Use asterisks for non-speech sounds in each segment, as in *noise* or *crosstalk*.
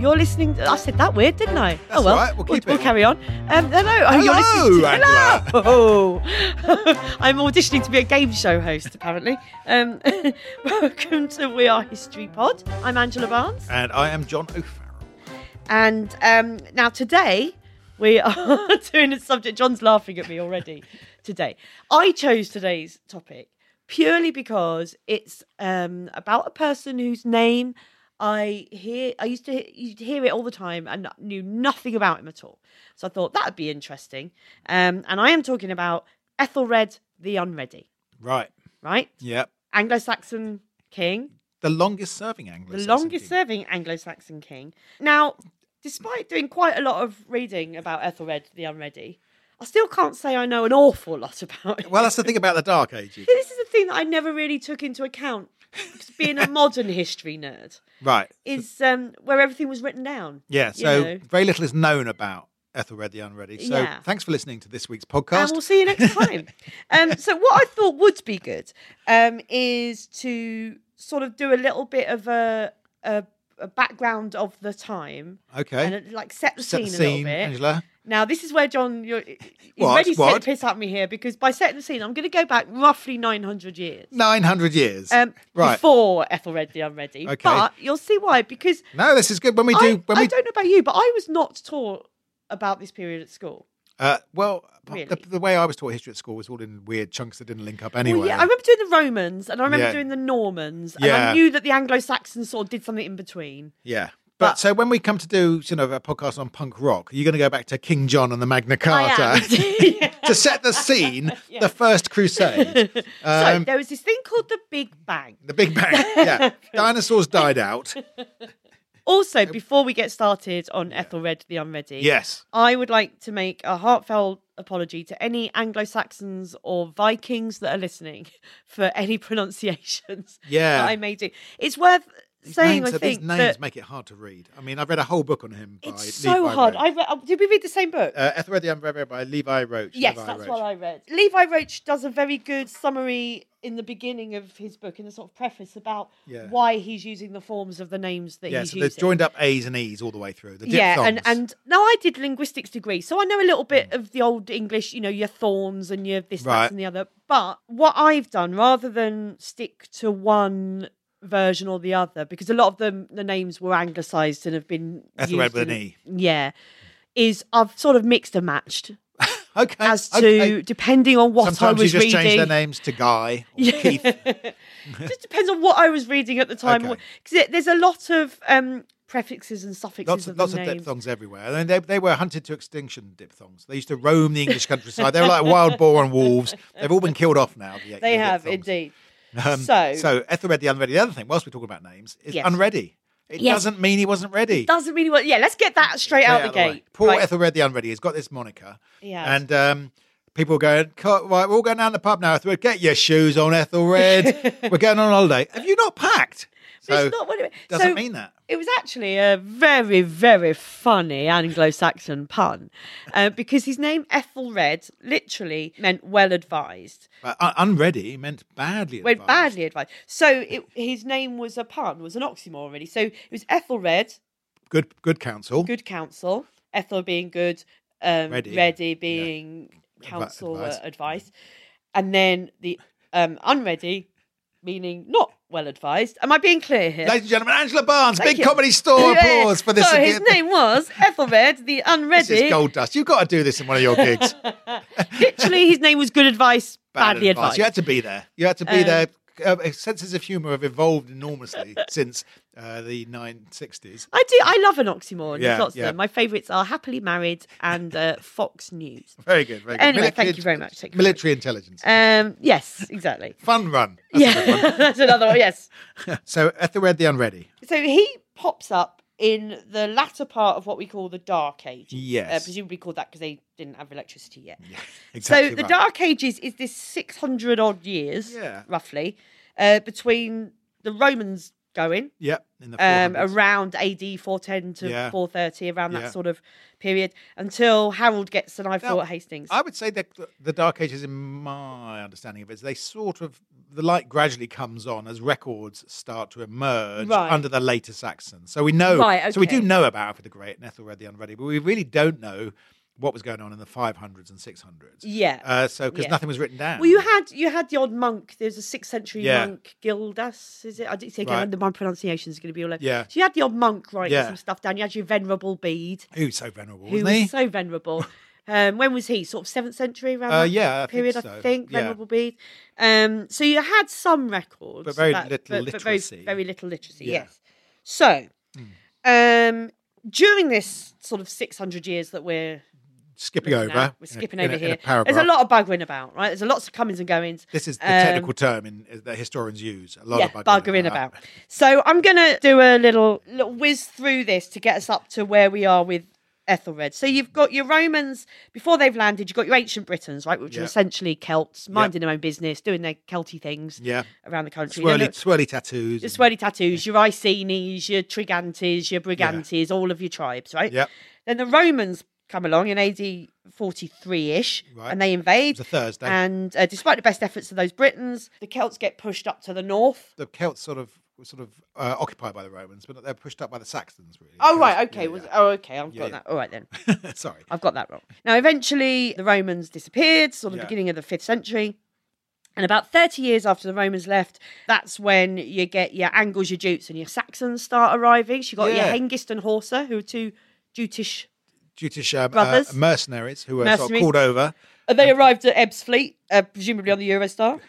you're listening. I said that weird, didn't I? That's oh well, all right, we'll keep we'll it. carry on. Um, hello, oh, you're listening Hello, to- Angela. Hello. *laughs* I'm auditioning to be a game show host, apparently. Um, *laughs* welcome to We Are History Pod. I'm Angela Barnes, And I am John O'Farrell. and um, now today we *laughs* are doing a subject. John's laughing at me already. Today, I chose today's topic purely because it's um, about a person whose name I hear. I used to hear, you'd hear it all the time and knew nothing about him at all. So I thought that would be interesting. Um, and I am talking about Ethelred the Unready, Right. right? Yep. Anglo-Saxon king, The longest serving angler. the longest serving Anglo-Saxon king. Now, despite doing quite a lot of reading about Ethelred the Unready, I still can't say I know an awful lot *laughs* about it. Well, that's the thing about the Dark *laughs* Ages. this is the thing that I never really took into account. 'cause Being a modern history *laughs* nerd Right. is um, where everything was written down. Yeah. you So know. very little is known about Ethelred the Unready. So Yeah. thanks for listening to this week's And podcast. we'll see you next *laughs* time. um, so, what I thought would be good um, is to sort of do a little bit of a, a, a background of the time okay. and uh, like set the Set scene, the a little scene, bit. Angela. Now, this is where John, you're he's What? ready to take What? the piss at me here because by setting the scene, I'm going to go back roughly 900 years. 900 years. Um, right. Before Ethelred the Unready, Okay. but you'll see why because no, this is good. When we I, do, when I we, don't know about you, but I was not taught about this period at school. uh, well, the, Really? the way I was taught history at school was all in weird chunks that didn't link up anyway. Well, yeah, I remember doing the Romans and I remember Yeah. doing the Normans, and I Yeah. knew that the Anglo Saxons sort of did something in between. Yeah. But, But- so when we come to do you know a podcast on punk rock, you're going to go back to King John and the Magna I am. *laughs* Carta to set the scene, Yeah. the First Crusade, *laughs* so Um, there was this thing called the Big Bang. the Big Bang. *laughs* Yeah, dinosaurs died out. Also, before we get started on Ethelred the Unready, Yes, I would like to make a heartfelt apology to any Anglo Saxons or Vikings that are listening *laughs* for any pronunciations *laughs* that I yeah. may do. It's worth These saying, names, I are- think, these that names make it hard to read. I mean, I've read a whole book on him. By it's so Levi hard. Roach. I read, oh, did we read the same book? uh, Ethelred the Unread by Levi Roach. yes, Levi that's Roach. what I read. Levi Roach does a very good summary in the beginning of his book, in the sort of preface about Yeah. why he's using the forms of the names that Yeah, he's so they've using. joined up A's and E's all the way through. The yeah, and diphthongs. and now I did linguistics degree, so I know a little bit of the old English. You know, your thorns and your this, Right. that, and the other. But what I've done, rather than stick to one version or the other, because a lot of them the names were anglicised and have been Ethelred used with an in- E. Yeah, is I've sort of mixed and matched Okay, as to okay. depending on what sometimes I was you just reading. change their names to Guy *laughs* or Keith. just depends on what I was reading at the time. Okay. Because there's a lot of um, prefixes and suffixes Lots of of, the lots of names. diphthongs everywhere. I mean, they, they were hunted to extinction, diphthongs. They used to roam the English countryside. they were like wild boar and wolves. They've all been killed off now. The, they the have diphthongs. indeed. Um, so, so Ethelred the Unready. The other thing, whilst we're talking about names, is Yes. unready. It Yes. doesn't mean he wasn't ready. doesn't really work. Yeah, let's get that straight Straight out, the way. gate. Poor Right. Ethelred the Unready. He's got this moniker. He has. And um, people are going, "Co- right, we're all going down the pub now, Ethelred. Get your shoes *laughs* on, Ethelred. we're going on holiday. Have you not packed? But So it's not what it doesn't so mean that. It was actually a very, very funny Anglo-Saxon pun, *laughs* uh, because his name Ethelred literally meant well advised, But un- unready meant badly went advised. badly advised. So it, his name was a pun, was an oxymoron really. So it was Ethelred, Good, good counsel. good counsel. Ethel being good, um, Ready. ready. being counsel advice. advice. advice, and then the um, unready meaning not well advised. Am I being clear here? Ladies and gentlemen, Angela Barnes, Thank big you. comedy store Yeah. applause for this. So his again. name was Ethelred the *laughs* This is Unready. gold dust. You've got to do this in one of *laughs* your gigs. Literally, his name was good advice, Bad badly advice. advised. You had to be there. You had to be Um, there. Uh, senses of humour have *laughs* evolved enormously since uh, the 960s. I do. I love an oxymoron. Yeah, There's lots yeah. of them. My favourites are happily married and uh, Fox News. Very good. Very good. Anyway, thank you very much. Thank you very military intelligence. Um, yes, exactly. Fun run. yeah, *laughs* that's another one. Yes. So Ethelred the Unready. So he pops up in the latter part of what we call the Dark Ages. Yes. Uh, *laughs* presumably called that because they didn't have electricity yet. Exactly so the right. Dark Ages is this 600 odd years, Yeah. roughly, uh, between the Romans going Yep. In the um, 400s. around AD 410 to Yeah. 430, around Yeah. that sort of period, until Harold gets an eye Now, for at Hastings. I would say that the Dark Ages, in my understanding of it, is they sort of the light gradually comes on as records start to emerge Right. under the later Saxons. So we know, Right, so we do okay. know about Alfred the Great and Ethelred the Unready, but we really don't know what was going on in the 500s and 600s. Yeah. Uh, so because Yeah. nothing was written down. well, you had you had the old monk. There's a sixth century Yeah. monk, Gildas, is it? I did say Right. again, my pronunciation is going to be all over. Yeah. So you had the old monk writing Yeah. some stuff down. You had your venerable Bede, He was so venerable, who wasn't was he? so *laughs* venerable. Um, when was he? Sort of seventh century around Uh, that yeah, I think period, so. I think. Yeah. Venerable Bede. Um, so you had some records, But very little but, but very, literacy. very little literacy. Yeah. Hmm. Yes. So um, during this sort of six hundred years that we're skipping looking over. at, we're in a- skipping in over a- in a here. There's paragraph. a lot of buggering about, right? There's a lots of comings and goings. This is the um, technical term in, that historians use. A lot yeah, of buggering, buggering about. So I'm gonna do a little little whiz through this to get us up to where we are with Ethelred. So you've got your Romans before they've landed. You've got your ancient Britons, right, which Yeah. are essentially Celts, minding their own business, doing their Celty things Yeah, around the country. Then swirly, look- swirly tattoos. your and- swirly tattoos, your Icines, your Trigantes, your Brigantes, all of your tribes, right? Yep. Then the Romans come along in AD 43 ish Right. and they invade. It's a Thursday. And uh, despite the best efforts of those Britons, the Celts get pushed up to the north. the Celts sort of were sort of uh, occupied by the Romans, but they're pushed up by the Saxons. Really. Oh Because- right, okay. yeah, was- oh okay, I've Yeah, got yeah. that. All right then, yeah. *laughs* Sorry. I've got that wrong. Now eventually the Romans disappeared, sort of Yeah. beginning of the fifth century. And about 30 years after the Romans left, that's when you get your Angles, your Jutes, and your Saxons start arriving. So you got Yeah. your Hengist and Horsa, who are two Jutish. Jutish um, uh, Brothers? mercenaries who were sort of Mercenaries. called over And they arrived at Ebbsfleet, uh, presumably on the Eurostar.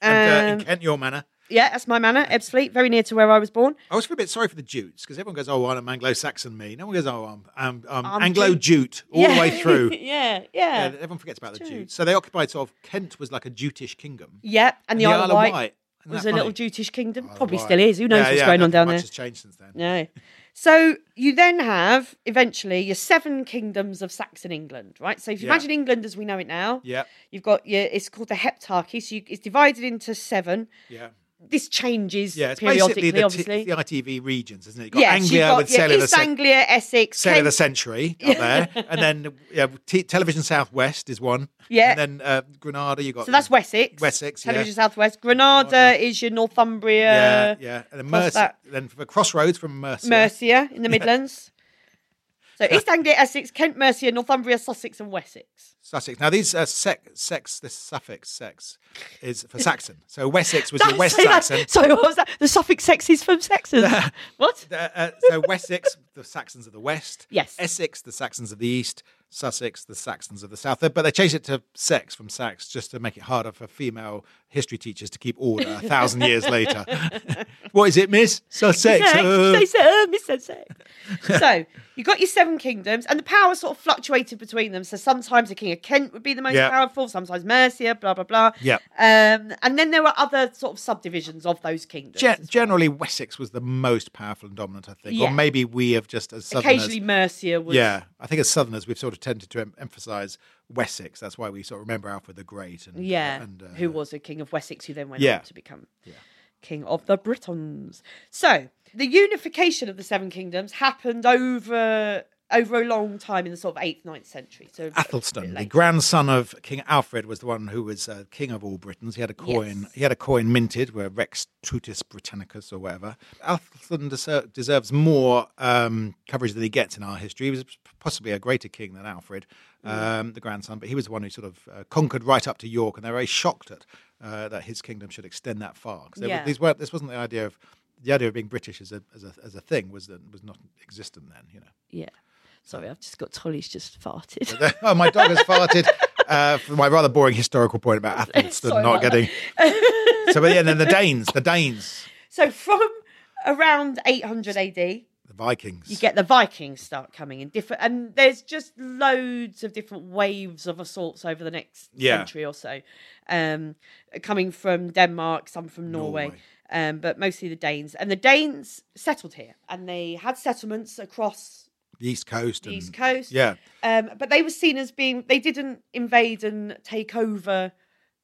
and, uh, Um, in Kent, your manor. Yeah, that's my manor, Ebbsfleet, very near to where I was born. I always feel a bit sorry for the Jutes because everyone goes, "Oh, I'm Anglo-Saxon." Me, no one goes, "Oh, I'm, I'm, I'm, I'm *laughs* Anglo-Jute" all the way through. yeah, Yeah, yeah. everyone forgets about the True. Jutes. So they occupied sort of Kent was like a Jutish kingdom. Yep, and the, Isle of Wight, Isn't was a that little funny? Jutish kingdom. Isle of Probably Wight. still is. Who knows Yeah, what's yeah, going on nothing down much there? has changed since then. No. So you then have eventually your seven kingdoms of Saxon England, right? So if you Yeah. imagine England as we know it now, Yeah, you've got your it's called the Heptarchy. So you, it's divided into seven. yeah. This changes Yeah, it's periodically, basically the, t- obviously. the ITV regions, isn't it? You've got Yes, Anglia you've got with your Cellular East Sen- Anglia, Essex, Sale of the Kent- Century *laughs* up there, and then yeah, t- Television Southwest is one. Yeah. and then uh, Granada. You got So that's Wessex. Wessex, yeah. Television Southwest. Granada, is your Northumbria, yeah, yeah, and then plus Mercia. uh, that. Then for Crossroads from Mercia. Mercia in the Midlands. *laughs* So East Anglia, Essex, Kent, Mercia, Northumbria, Sussex, and Wessex. Sussex. Now these uh, sec- sex. This suffix sex is *laughs* for Saxon. So Wessex was Don't your West say that. Saxon. Sorry, what was that? The Suffolk sexes from Saxons. *laughs* what? Uh, uh, so Wessex, the Saxons of the West. Yes. Essex, the Saxons of the East. Sussex, the Saxons of the South. But they changed it to sex from Sax just to make it harder for female history teachers to keep order a thousand *laughs* years later. what is it, Miss? Sussex. Sex. uh. Say so, uh, Miss Sussex. so you got your seven kingdoms, and the power sort of fluctuated between them. So sometimes the King of Kent would be the most Yeah. powerful, sometimes Mercia, blah blah blah. Yeah. Um, and then there were other sort of subdivisions of those kingdoms. Gen- generally, Wessex was the most powerful and dominant, I think. Or Yeah. maybe we have just as southerners. Occasionally, Mercia was. yeah, I think as Southerners we've sort of tended to em- emphasise Wessex. That's why we sort of remember Alfred the Great and Yeah, and, uh, who was a king of Wessex, who then went Yeah. on to become king of the Britons. So the unification of the Seven Kingdoms happened over over a long time in the sort of eighth, ninth century. So Athelstan, the grandson of King Alfred, was the one who was uh, king of all Britons. He had a coin. Yes. He had a coin minted where Rex Tutus Britannicus or whatever. Athelstan deser- deserves more um, coverage than he gets in our history. He was possibly a greater king than Alfred, Mm. um, the grandson, but he was the one who sort of uh, conquered right up to York, and they were very shocked at uh, that his kingdom should extend that far. 'Cause they were- Yeah. these weren't. This wasn't the idea of. The idea of being British as a, as a, as a thing was was not existent then, you know. yeah. Sorry, I've just got Tolly's just farted. *laughs* oh, my dog has farted. Uh, for my rather boring historical point about Athelstan Sorry not about *laughs* getting. so, but yeah, then the Danes, the Danes, So from around 800 AD, the Vikings. you get the Vikings start coming in different, and there's just loads of different waves of assaults over the next Yeah. century or so, um, coming from Denmark, some from Norway, Norway. Um, but mostly the Danes. And the Danes settled here, and they had settlements across the East Coast. the And, East Coast. Yeah, Um, but they were seen as being they didn't invade and take over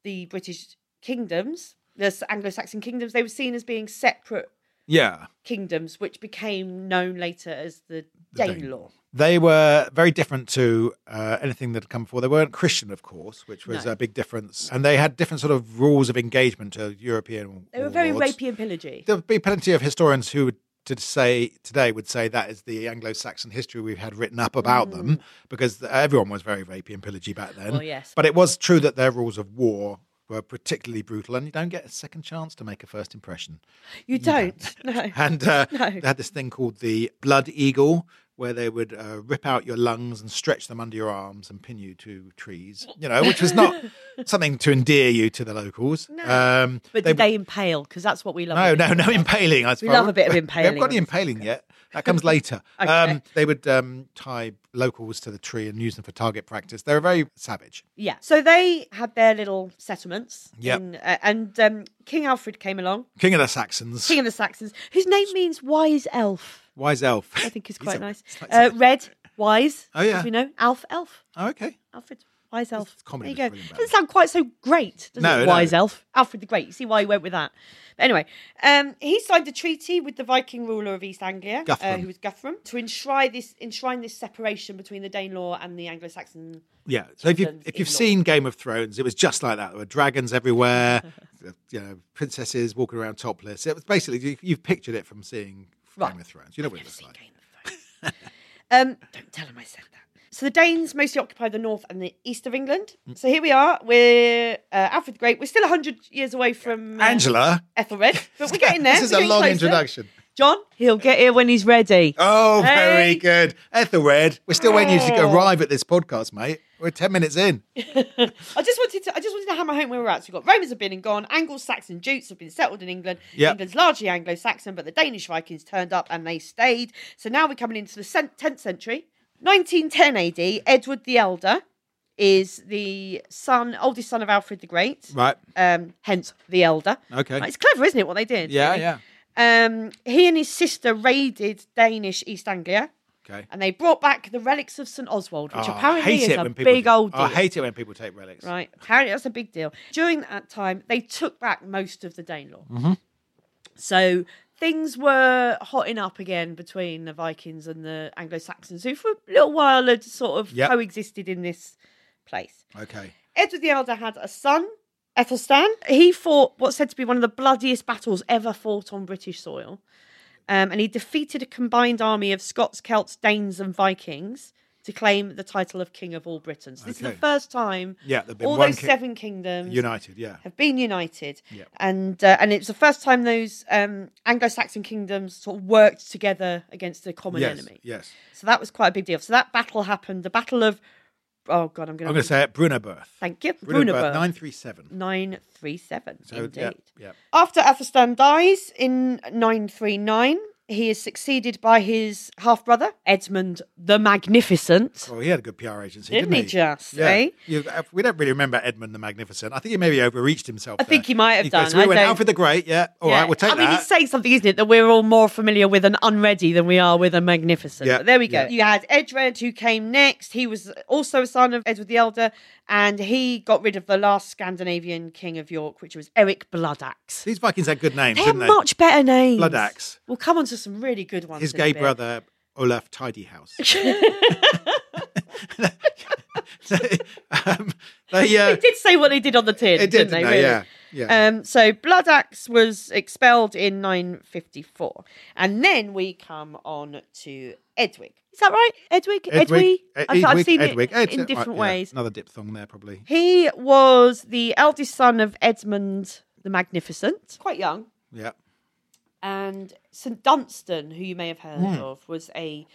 the British kingdoms, the Anglo-Saxon kingdoms. They were seen as being separate Yeah. kingdoms, which became known later as the The Danelaw. Dane. They were very different to uh, anything that had come before. They weren't Christian, of course, which was No. a big difference. And they had different sort of rules of engagement to European. They were very warlords. rapey and pillagey. There'll be plenty of historians who would to say today would say that is the Anglo-Saxon history we've had written up about them because everyone was very rapey and pillagey back then. Mm. Well, yes. But it was true that their rules of war were particularly brutal, and you don't get a second chance to make a first impression. You don't. No. *laughs* And uh, No. they had this thing called the blood eagle, where they would uh, rip out your lungs and stretch them under your arms and pin you to trees. You know, which was *laughs* not something to endear you to the locals. No. Um, *laughs* But they did they impale? Because that's what we love. no, in no, it. *laughs* no impaling. I suppose love a bit of We haven't impaling got on the this impaling yet. That comes later. *laughs* Okay. um, they would um, tie locals to the tree and use them for target practice. They're very savage. Yeah. So they had their little settlements. Yep. in- uh, and um, King Alfred came along, King of the Saxons, King of the Saxons, whose name means wise elf. wise elf. *laughs* I think is He's quite a- nice. it's like Uh, something- red, wise. Oh, yeah. As we know, Alf, Elf, oh, okay. Alfred, wise Elf. there comedy you was go. brilliant about Doesn't sound quite so great, does No, it? no. Wise Elf, Alfred the Great. You see why he went with that. But anyway, um, he signed a treaty with the Viking ruler of East Anglia, uh, Guthrum. who was Guthrum, to enshrine this enshrine this separation between the Danelaw and the Anglo-Saxon. Yeah. So if you England if you've in law. seen Game of Thrones, it was just like that. There were dragons everywhere. *laughs* you know, princesses walking around topless. It was basically you, you've pictured it from seeing Right. Game of Thrones. You know what it was like. Game of Thrones. um, don't tell him I said that. So the Danes mostly occupy the north and the east of England. Mm. So here we are. We're uh, Alfred the Great. We're still hundred years away from uh, Angela, Ethelred, but we're getting there. *laughs* This is We're a getting long closer. introduction. John, he'll get here when he's ready. Oh, very Hey. good. Ethelred, we're still waiting you to Oh. arrive at this podcast, mate. We're 10 minutes in. I just wanted to I just wanted to hammer home where we're at. So we've got Romans have been and gone, Anglo-Saxon Jutes have been settled in England. Yep. England's largely Anglo-Saxon, but the Danish Vikings turned up and they stayed. So now we're coming into the cen- 10th century. 1910 AD, Edward the Elder is the son, oldest son of Alfred the Great, Right. um, hence the Elder. Okay. Right, It's clever, isn't it, what they did? Yeah, really? yeah. Um, he and his sister raided Danish East Anglia. Okay. and they brought back the relics of St Oswald, which Oh, I Uh, apparently hate is it a when people big do- old deal. I hate it when people take relics. Right, apparently that's a big deal. During that time, they took back most of the Danelaw, Mm-hmm. so things were hotting up again between the Vikings and the Anglo Saxons, who for a little while had sort of Yep. coexisted in this place. Okay. Edward the Elder had a son. Ethelstan, he fought what's said to be one of the bloodiest battles ever fought on British soil. Um, and he defeated a combined army of Scots, Celts, Danes, and Vikings to claim the title of King of all Britain. So this is Okay. the first time Yeah, there've been all one those king- seven kingdoms United, yeah. have been united, Yeah. and uh, and it's the first time those um, Anglo-Saxon kingdoms sort of worked together against a common yes. enemy. Yes. So that was quite a big deal. So that battle happened, the Battle of oh god, I'm I'm going going to say it Brunnerberth. thank you, Brunnerberth, Bruneberg. 937. 937. So, indeed. yeah, yeah. After Athelstan dies in 939, he is succeeded by his half brother, Edmund the Magnificent. Well, he had a good PR agency, Didn't didn't, he just, Yeah. eh? You- uh, we don't really remember Edmund the Magnificent. I think he maybe overreached himself. I think he might have done. we I went don't- Alfred the Great. Yeah. All right, we'll take I that. mean, it's saying something, isn't it, that we're all more familiar with an unready than we are with a magnificent. Yeah, But there we go. yeah. You had Edred, who came next. He was also a son of Edward the Elder, and he got rid of the last Scandinavian king of York, which was Eric Bloodaxe. These Vikings had good names, They're didn't they? much better names. Bloodaxe. We'll come on to some really good ones. His in a gay bit. brother, Olaf *laughs* Tidyhouse. *laughs* um, they, uh, They did say what they did on the tin, They didn't did, they? didn't they? Really? Yeah, yeah. Um, so Bloodaxe was expelled in 954, and then we come on to Edwig. Is that right? Edwig, Edwy. Ed- I've, I've E- Edwig, seen Edwig. it Ed- in right, different yeah, ways. Another diphthong there, probably. He was the eldest son of Edmund the Magnificent, quite young, Yeah. and St Dunstan, who you may have heard Hmm. of, was a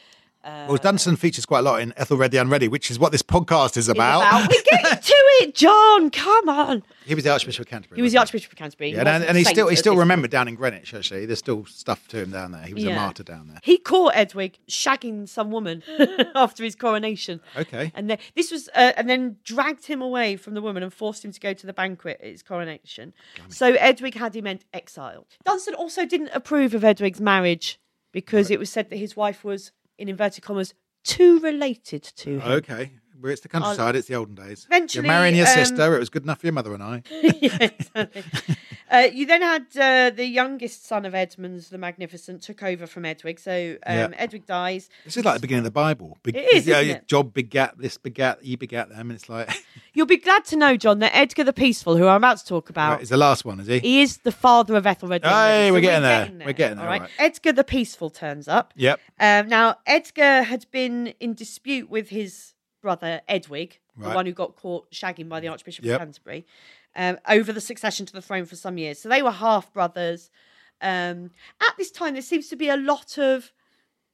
Uh, Well, Dunstan features quite a lot in Ethelred the Unready, which is what this podcast is about. *laughs* We're getting to it, John. Come on. he was the Archbishop of Canterbury. He was the wasn't Archbishop of Canterbury. Yeah, and, wasn't and he's saint still he's at still this remembered down in Greenwich. Actually, there's still stuff to him down there. He was Yeah. a martyr down there. He caught Edwig shagging some woman *laughs* after his coronation. Okay. And then, this was, uh, and then dragged him away from the woman and forced him to go to the banquet at his coronation. So Edwig had him en- exiled. Dunstan also didn't approve of Edwig's marriage because it was said that his wife was, in inverted commas, too related to him. Okay. Where it's the countryside, it's the olden days. Eventually, You're marrying your um, sister. It was good enough for your mother and I. *laughs* yeah, exactly. uh, you then had uh, the youngest son of Edmund's the Magnificent took over from Edwig. So um, Yeah. Edwig dies. This is like the beginning of the Bible. Big, It is, Yeah, isn't your it? job begat this begat you begat them, and it's like *laughs* You'll be glad to know, John, that Edgar the Peaceful, who I'm about to talk about, it's the last one, is he? he is the father of Ethelred. the Aye, Unready. we're getting there. We're getting there, alright? alright. Edgar the Peaceful turns up. Yep. Um, now, Edgar had been in dispute with his brother Edwig, the Right. Mm. one who got caught shagging by the Archbishop Yep. of Canterbury, um, over the succession to the throne for some years. So they were half brothers. Um, at this time, there seems to be a lot of,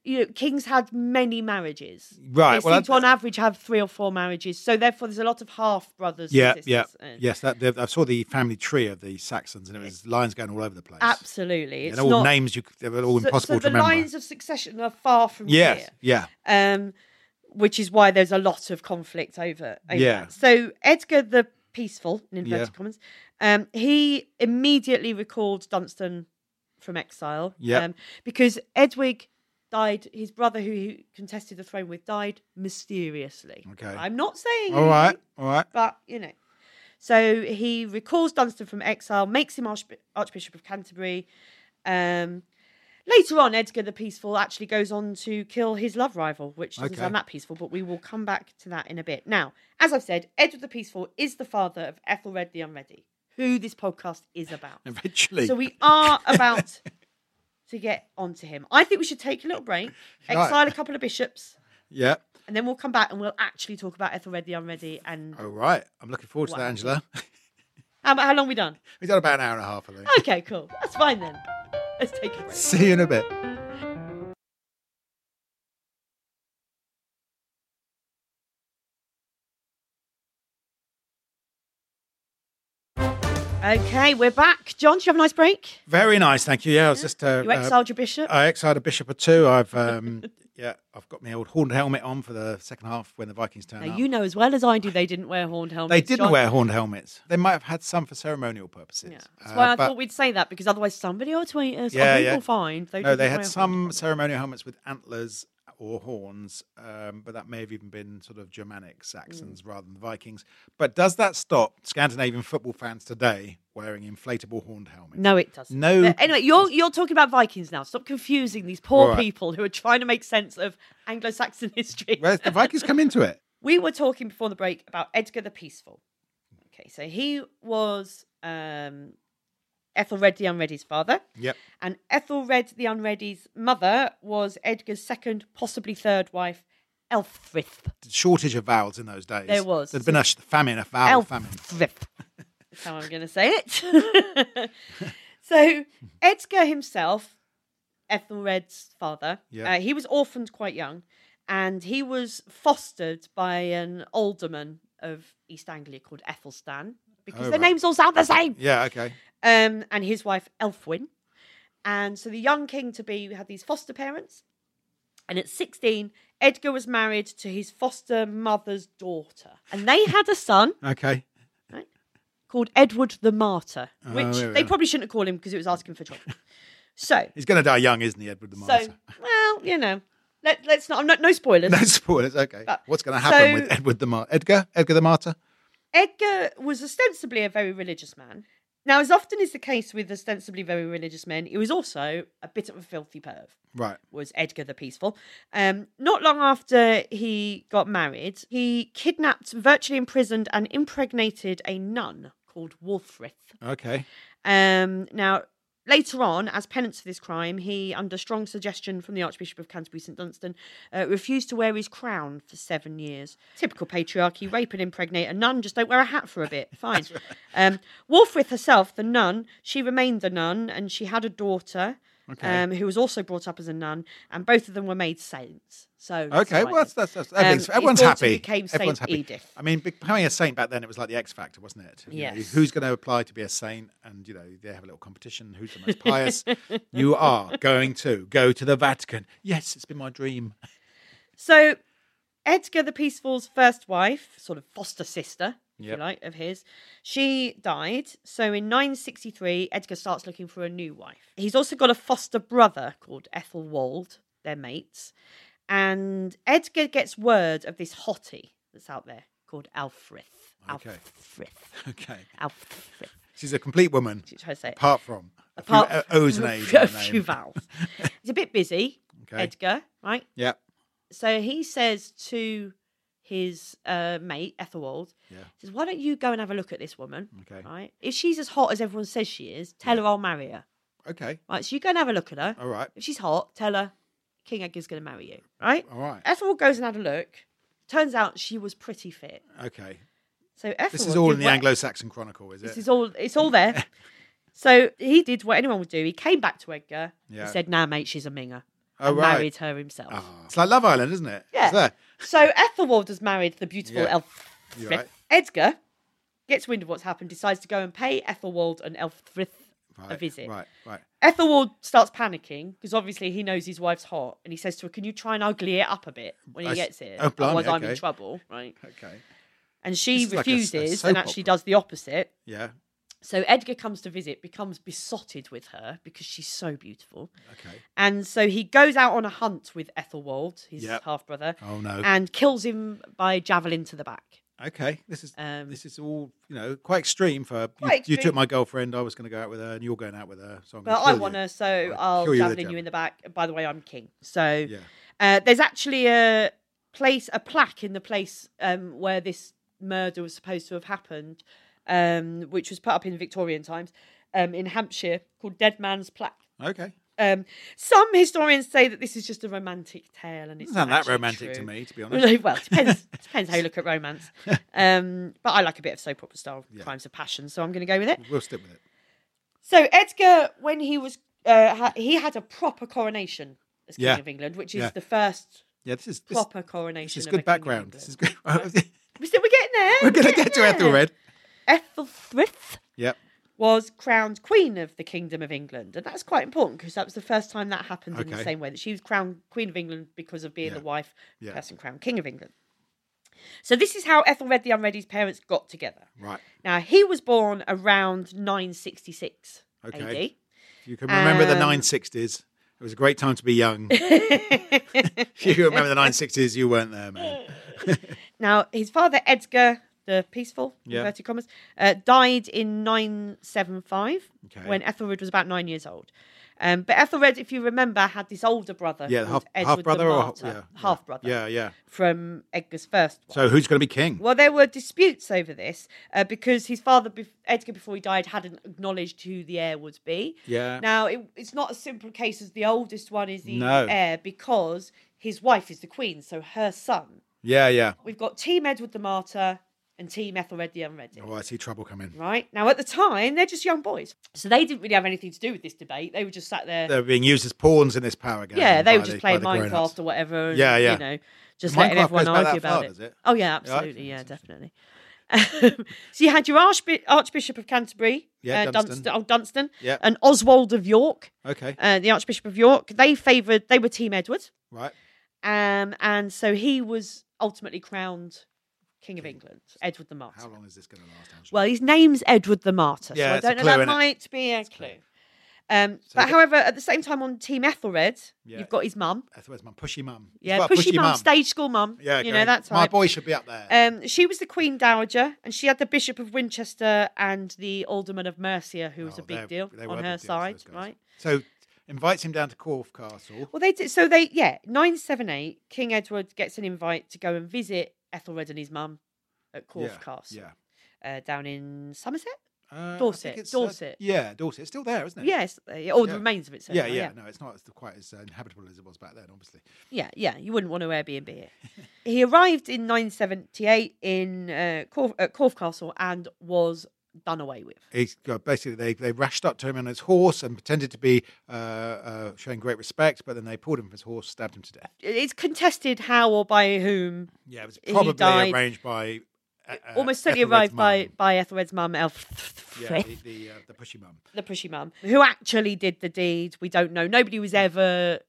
you know, kings had many marriages. Right, They well, seem I- to, on average, have three or four marriages. So therefore, there's a lot of half brothers. and Yeah, sisters. yeah, Uh, yes. That that- I saw the family tree of the Saxons, and it was lines going all over the place. Absolutely. It's and all not, names you c- they were all so- impossible so, to the remember. lines of succession are far from yes, clear. yeah, um, which is why there's a lot of conflict over. over Yeah. That. So Edgar the Peaceful, in inverted Yeah. commas, um, he immediately recalled Dunstan from exile. Yep. Um, because Edwig died, his brother who he contested the throne with died mysteriously. Okay. Oh, I'm not saying all right, anything, all right. *laughs* but you know. So he recalls Dunstan from exile, makes him Archb- Archbishop of Canterbury. Um, later on, Edgar the Peaceful actually goes on to kill his love rival, which doesn't Okay. sound that peaceful, but we will come back to that in a bit. Now, as I've said, Edward the Peaceful is the father of Ethelred the Unready, who this podcast is about. Eventually, So we are about *laughs* to get onto him. I think we should take a little break, Right. exile a couple of bishops, yeah. and then we'll come back and we'll actually talk about Ethelred the Unready and All right. I'm looking forward to Wow. that, Angela. *laughs* how, how long we done? We've done about an hour and a half, I think. Okay, cool. That's fine then. Let's take a break. See you in a bit. Okay, we're back. John, did you have a nice break? Very nice, thank you. Yeah, I was just uh, Mm-hmm. You uh, exiled your bishop. I exiled a bishop or two. I've um, yeah, I've got my old horned helmet on for the second half when the Vikings turn now, up. you know as well as I do they didn't wear horned helmets. they didn't John. wear horned helmets. They might have had some for ceremonial purposes. Yeah. That's Uh, why I but thought we'd say that because otherwise somebody will tweet us. Yeah, or yeah. We'll uh, find. They no, didn't they wear had horned some helmets. ceremonial helmets with antlers or horns, um, but that may have even been sort of Germanic Saxons Mm. rather than Vikings. But does that stop Scandinavian football fans today wearing inflatable horned helmets? No, it doesn't. No. But anyway, you're you're talking about Vikings now. Stop confusing these poor Right. people who are trying to make sense of Anglo-Saxon history. Where's the Vikings come into it? We were talking before the break about Edgar the Peaceful. Okay, so he was um, Ethelred the Unready's father, Yep. and Ethelred the Unready's mother was Edgar's second, possibly third wife, Elfrith. Shortage of vowels in those days. There was. There'd been a sh- famine, a vowel famine. Elfrith. That's how I'm going to say it. *laughs* so Edgar himself, Ethelred's father, Yeah. uh, he was orphaned quite young, and he was fostered by an alderman of East Anglia called Ethelstan because Oh, their right. names all sound the same. Yeah. Okay. Um, and his wife Elfwyn, and so the young king to be had these foster parents, and at sixteen. Edgar was married to his foster mother's daughter, and they had a son Okay. called Edward the Martyr, Oh, which yeah, they yeah. probably shouldn't have called him because it was asking for trouble. so, He's going to die young, isn't he, Edward the so Martyr? *laughs* well, you know, let, let's not. I'm not no spoilers. No spoilers. Okay. But- What's going to happen so- with Edward the Martyr? Edgar? Edgar the Martyr? Edgar was ostensibly a very religious man. Now, as often is the case with ostensibly very religious men, he was also a bit of a filthy perv. Right. was Edgar the Peaceful. Um, not long after he got married, he kidnapped, virtually imprisoned, and impregnated a nun called Wolfrith. Okay. Um, now, later on, as penance for this crime, he, under strong suggestion from the Archbishop of Canterbury St Dunstan, uh, refused to wear his crown for seven years. Typical patriarchy, rape and impregnate a nun, just don't wear a hat for a bit. Fine. um, Wolfrith herself, the nun, she remained a nun and she had a daughter. Okay. Um, who was also brought up as a nun, and both of them were made saints. So that's Okay, all right well, that's, then. that's, that's everything's, his everyone's daughter happy. became Saint everyone's happy. Edith. I mean, becoming a saint back then, it was like the X Factor, wasn't it? You know, Yes. who's going to apply to be a saint? And, you know, they have a little competition. Who's the *laughs* most pious? you are going to go to the Vatican. Yes, it's been my dream. *laughs* So, Edgar the Peaceful's first wife, sort of foster sister, if Yep. you like, of his, she died. So, in 963, Edgar starts looking for a new wife. He's also got a foster brother called Ethelwald. They're mates. And Edgar gets word of this hottie that's out there called Alfrith. Okay. Alfrith. Okay. Alfrith. She's a complete woman, Should I say it? apart from a few Apart O- O's and from A's. *laughs* in a her few name. vowels. It's a bit busy, Okay. Edgar, right? Yeah. So he says to his uh, mate, Ethelwald, Yeah. says, Why don't you go and have a look at this woman? Okay. Right? If she's as hot as everyone says she is, tell her I'll marry her. Okay. Right? So you go and have a look at her. All right. If she's hot, tell her King Edgar's going to marry you. Right? All right. Ethelwald goes and had a look. Turns out she was pretty fit. Okay. So Ethelwald. This is all did in the what- Anglo-Saxon Chronicle, is it? This is all. It's all there. *laughs* so he did what anyone would do. He came back to Edgar. Yeah. He said, "Nah, mate, she's a minger." oh, and right. married her himself. Ah, It's like Love Island, isn't it? Yeah. It's there. So Ethelwald has married the beautiful Yeah. elf. You're right. Edgar gets wind of what's happened, decides to go and pay Ethelwald and Elfrith Right. a visit. Right. Right. Ethelwald starts panicking because obviously he knows his wife's hot, and he says to her, "Can you try and ugly it up a bit when I he s- gets here? oh, blimey, Otherwise, I'm in okay. trouble." Right? Okay. And she This is like a s- a refuses soap and actually opera. does the opposite. Yeah. So Edgar comes to visit, becomes besotted with her because she's so beautiful. Okay. And so he goes out on a hunt with Ethelwald, his Yep. half brother, Oh no. and kills him by javelin to the back. Okay. This is Um, this is all you know quite extreme for you- you, Quite took extreme. my girlfriend. I was going to go out with her, and you're going out with her. So I'm But gonna I kill want you. her, so Right, I'll kill you javelin with you javelin. in the back. By the way, I'm king. So Yeah. uh, there's actually a place, a plaque in the place um, where this murder was supposed to have happened, um, which was put up in Victorian times um, in Hampshire called Dead Man's Plaque. Okay. Um, some historians say that this is just a romantic tale, and it's Doesn't sound not that actually romantic to true. me, to be honest. *laughs* Well, well, it *laughs* depends. depends how you look at romance. Um, but I like a bit of soap opera style Yeah. crimes of passion, so I'm going to go with it. We'll stick with it. So Edgar, when he was, uh, ha- he had a proper coronation as King Yeah. of England, which is Yeah. the first Yeah. This is this, proper coronation. this is of a good King of background. This is England. good. *laughs* We said we're getting there. We're going *laughs* to get to Ethelred. Ethelthryth Yep. was crowned Queen of the Kingdom of England, and that's quite important because that was the first time that happened in the Okay. same way that she was crowned Queen of England because of being Yeah. the wife, of the Yeah. person crowned King of England. So this is how Ethelred the Unready's parents got together. Right. Now he was born around 966 Okay. AD. If you can remember the Um, 960s, it was a great time to *laughs* be young. *laughs* if you can remember the 960s, you weren't there, man. Now, his father, Edgar the Peaceful, Yeah. inverted commas, uh, died in 975 Okay. when Ethelred was about nine years old. Um, but Ethelred, if you remember, had this older brother. Yeah, called half, Edward half brother the or Martyr, yeah, half brother Yeah, yeah. from Edgar's first wife. So who's going to be king? well, there were disputes over this uh, because his father, bef- Edgar, before he died, hadn't acknowledged who the heir would be. Yeah. Now, it, it's not as simple a case as the oldest one is the No. heir because his wife is the queen, so her son Yeah, yeah. we've got Team Edward the Martyr and Team Ethelred the Unready. Oh, I see trouble coming. Right now, at the time, they're just young boys, so they didn't really have anything to do with this debate. They were just sat there. They're being used as pawns in this power game. yeah, they by were just the- playing by the grown-ups. Minecraft or whatever. And, Yeah, yeah. You know, just Minecraft letting everyone goes back argue that far, about does it. it? Oh yeah, Yeah, I absolutely. think Yeah, it's definitely. Um, *laughs* so you had your Archbi- Archbishop of Canterbury, Yeah, uh, Dunstan. Dunstan, oh, Dunstan Yeah. and Oswald of York, Okay, uh, the Archbishop of York. They favoured. They were Team Edward, right. um, and so he was ultimately crowned King of England, Edward the Martyr. How long is this going to last, Angela? Well, his name's Edward the Martyr, Yeah, so I it's a don't know. clue, That innit? might be a clue. Um, So but the- however, at the same time on Team Ethelred, Yeah. you've got his mum. Ethelred's mum, pushy mum. It's Yeah, about pushy, mum, stage school mum. Yeah, you going, know that's my right. boy should be up there. Um, she was the Queen Dowager, and she had the Bishop of Winchester and the Alderman of Mercia, who was Oh, a big they're- deal they were on big her deals, those side, guys. right? So invites him down to Corfe Castle. Well, they did. So they, yeah, nine seven eight. King Edward gets an invite to go and visit Ethelred and his mum at Corfe yeah, Castle Yeah. uh, down in Somerset. Uh, I think Dorset, it's, Dorset. yeah, Dorset. It's still there, isn't it? Yes, uh, or the Yeah. remains of it. Yeah, certainly, yeah, No, it's not it's quite as uh, inhabitable as it was back then, obviously. Yeah, yeah, you wouldn't want to Airbnb it. he arrived in 978 in uh, Corf- at Corfe Castle and was done away with. He's got, basically they, they rushed up to him on his horse and pretended to be uh, uh, showing great respect, but then they pulled him from his horse, stabbed him to death. It's contested how or by whom. Yeah, it was He probably died- arranged by uh, uh, Almost certainly Ethelred's arrived by, mum. by Ethelred's mum, Elf yeah, *laughs* the the, uh, the pushy mum. the pushy mum, who actually did the deed. We don't know. Nobody was ever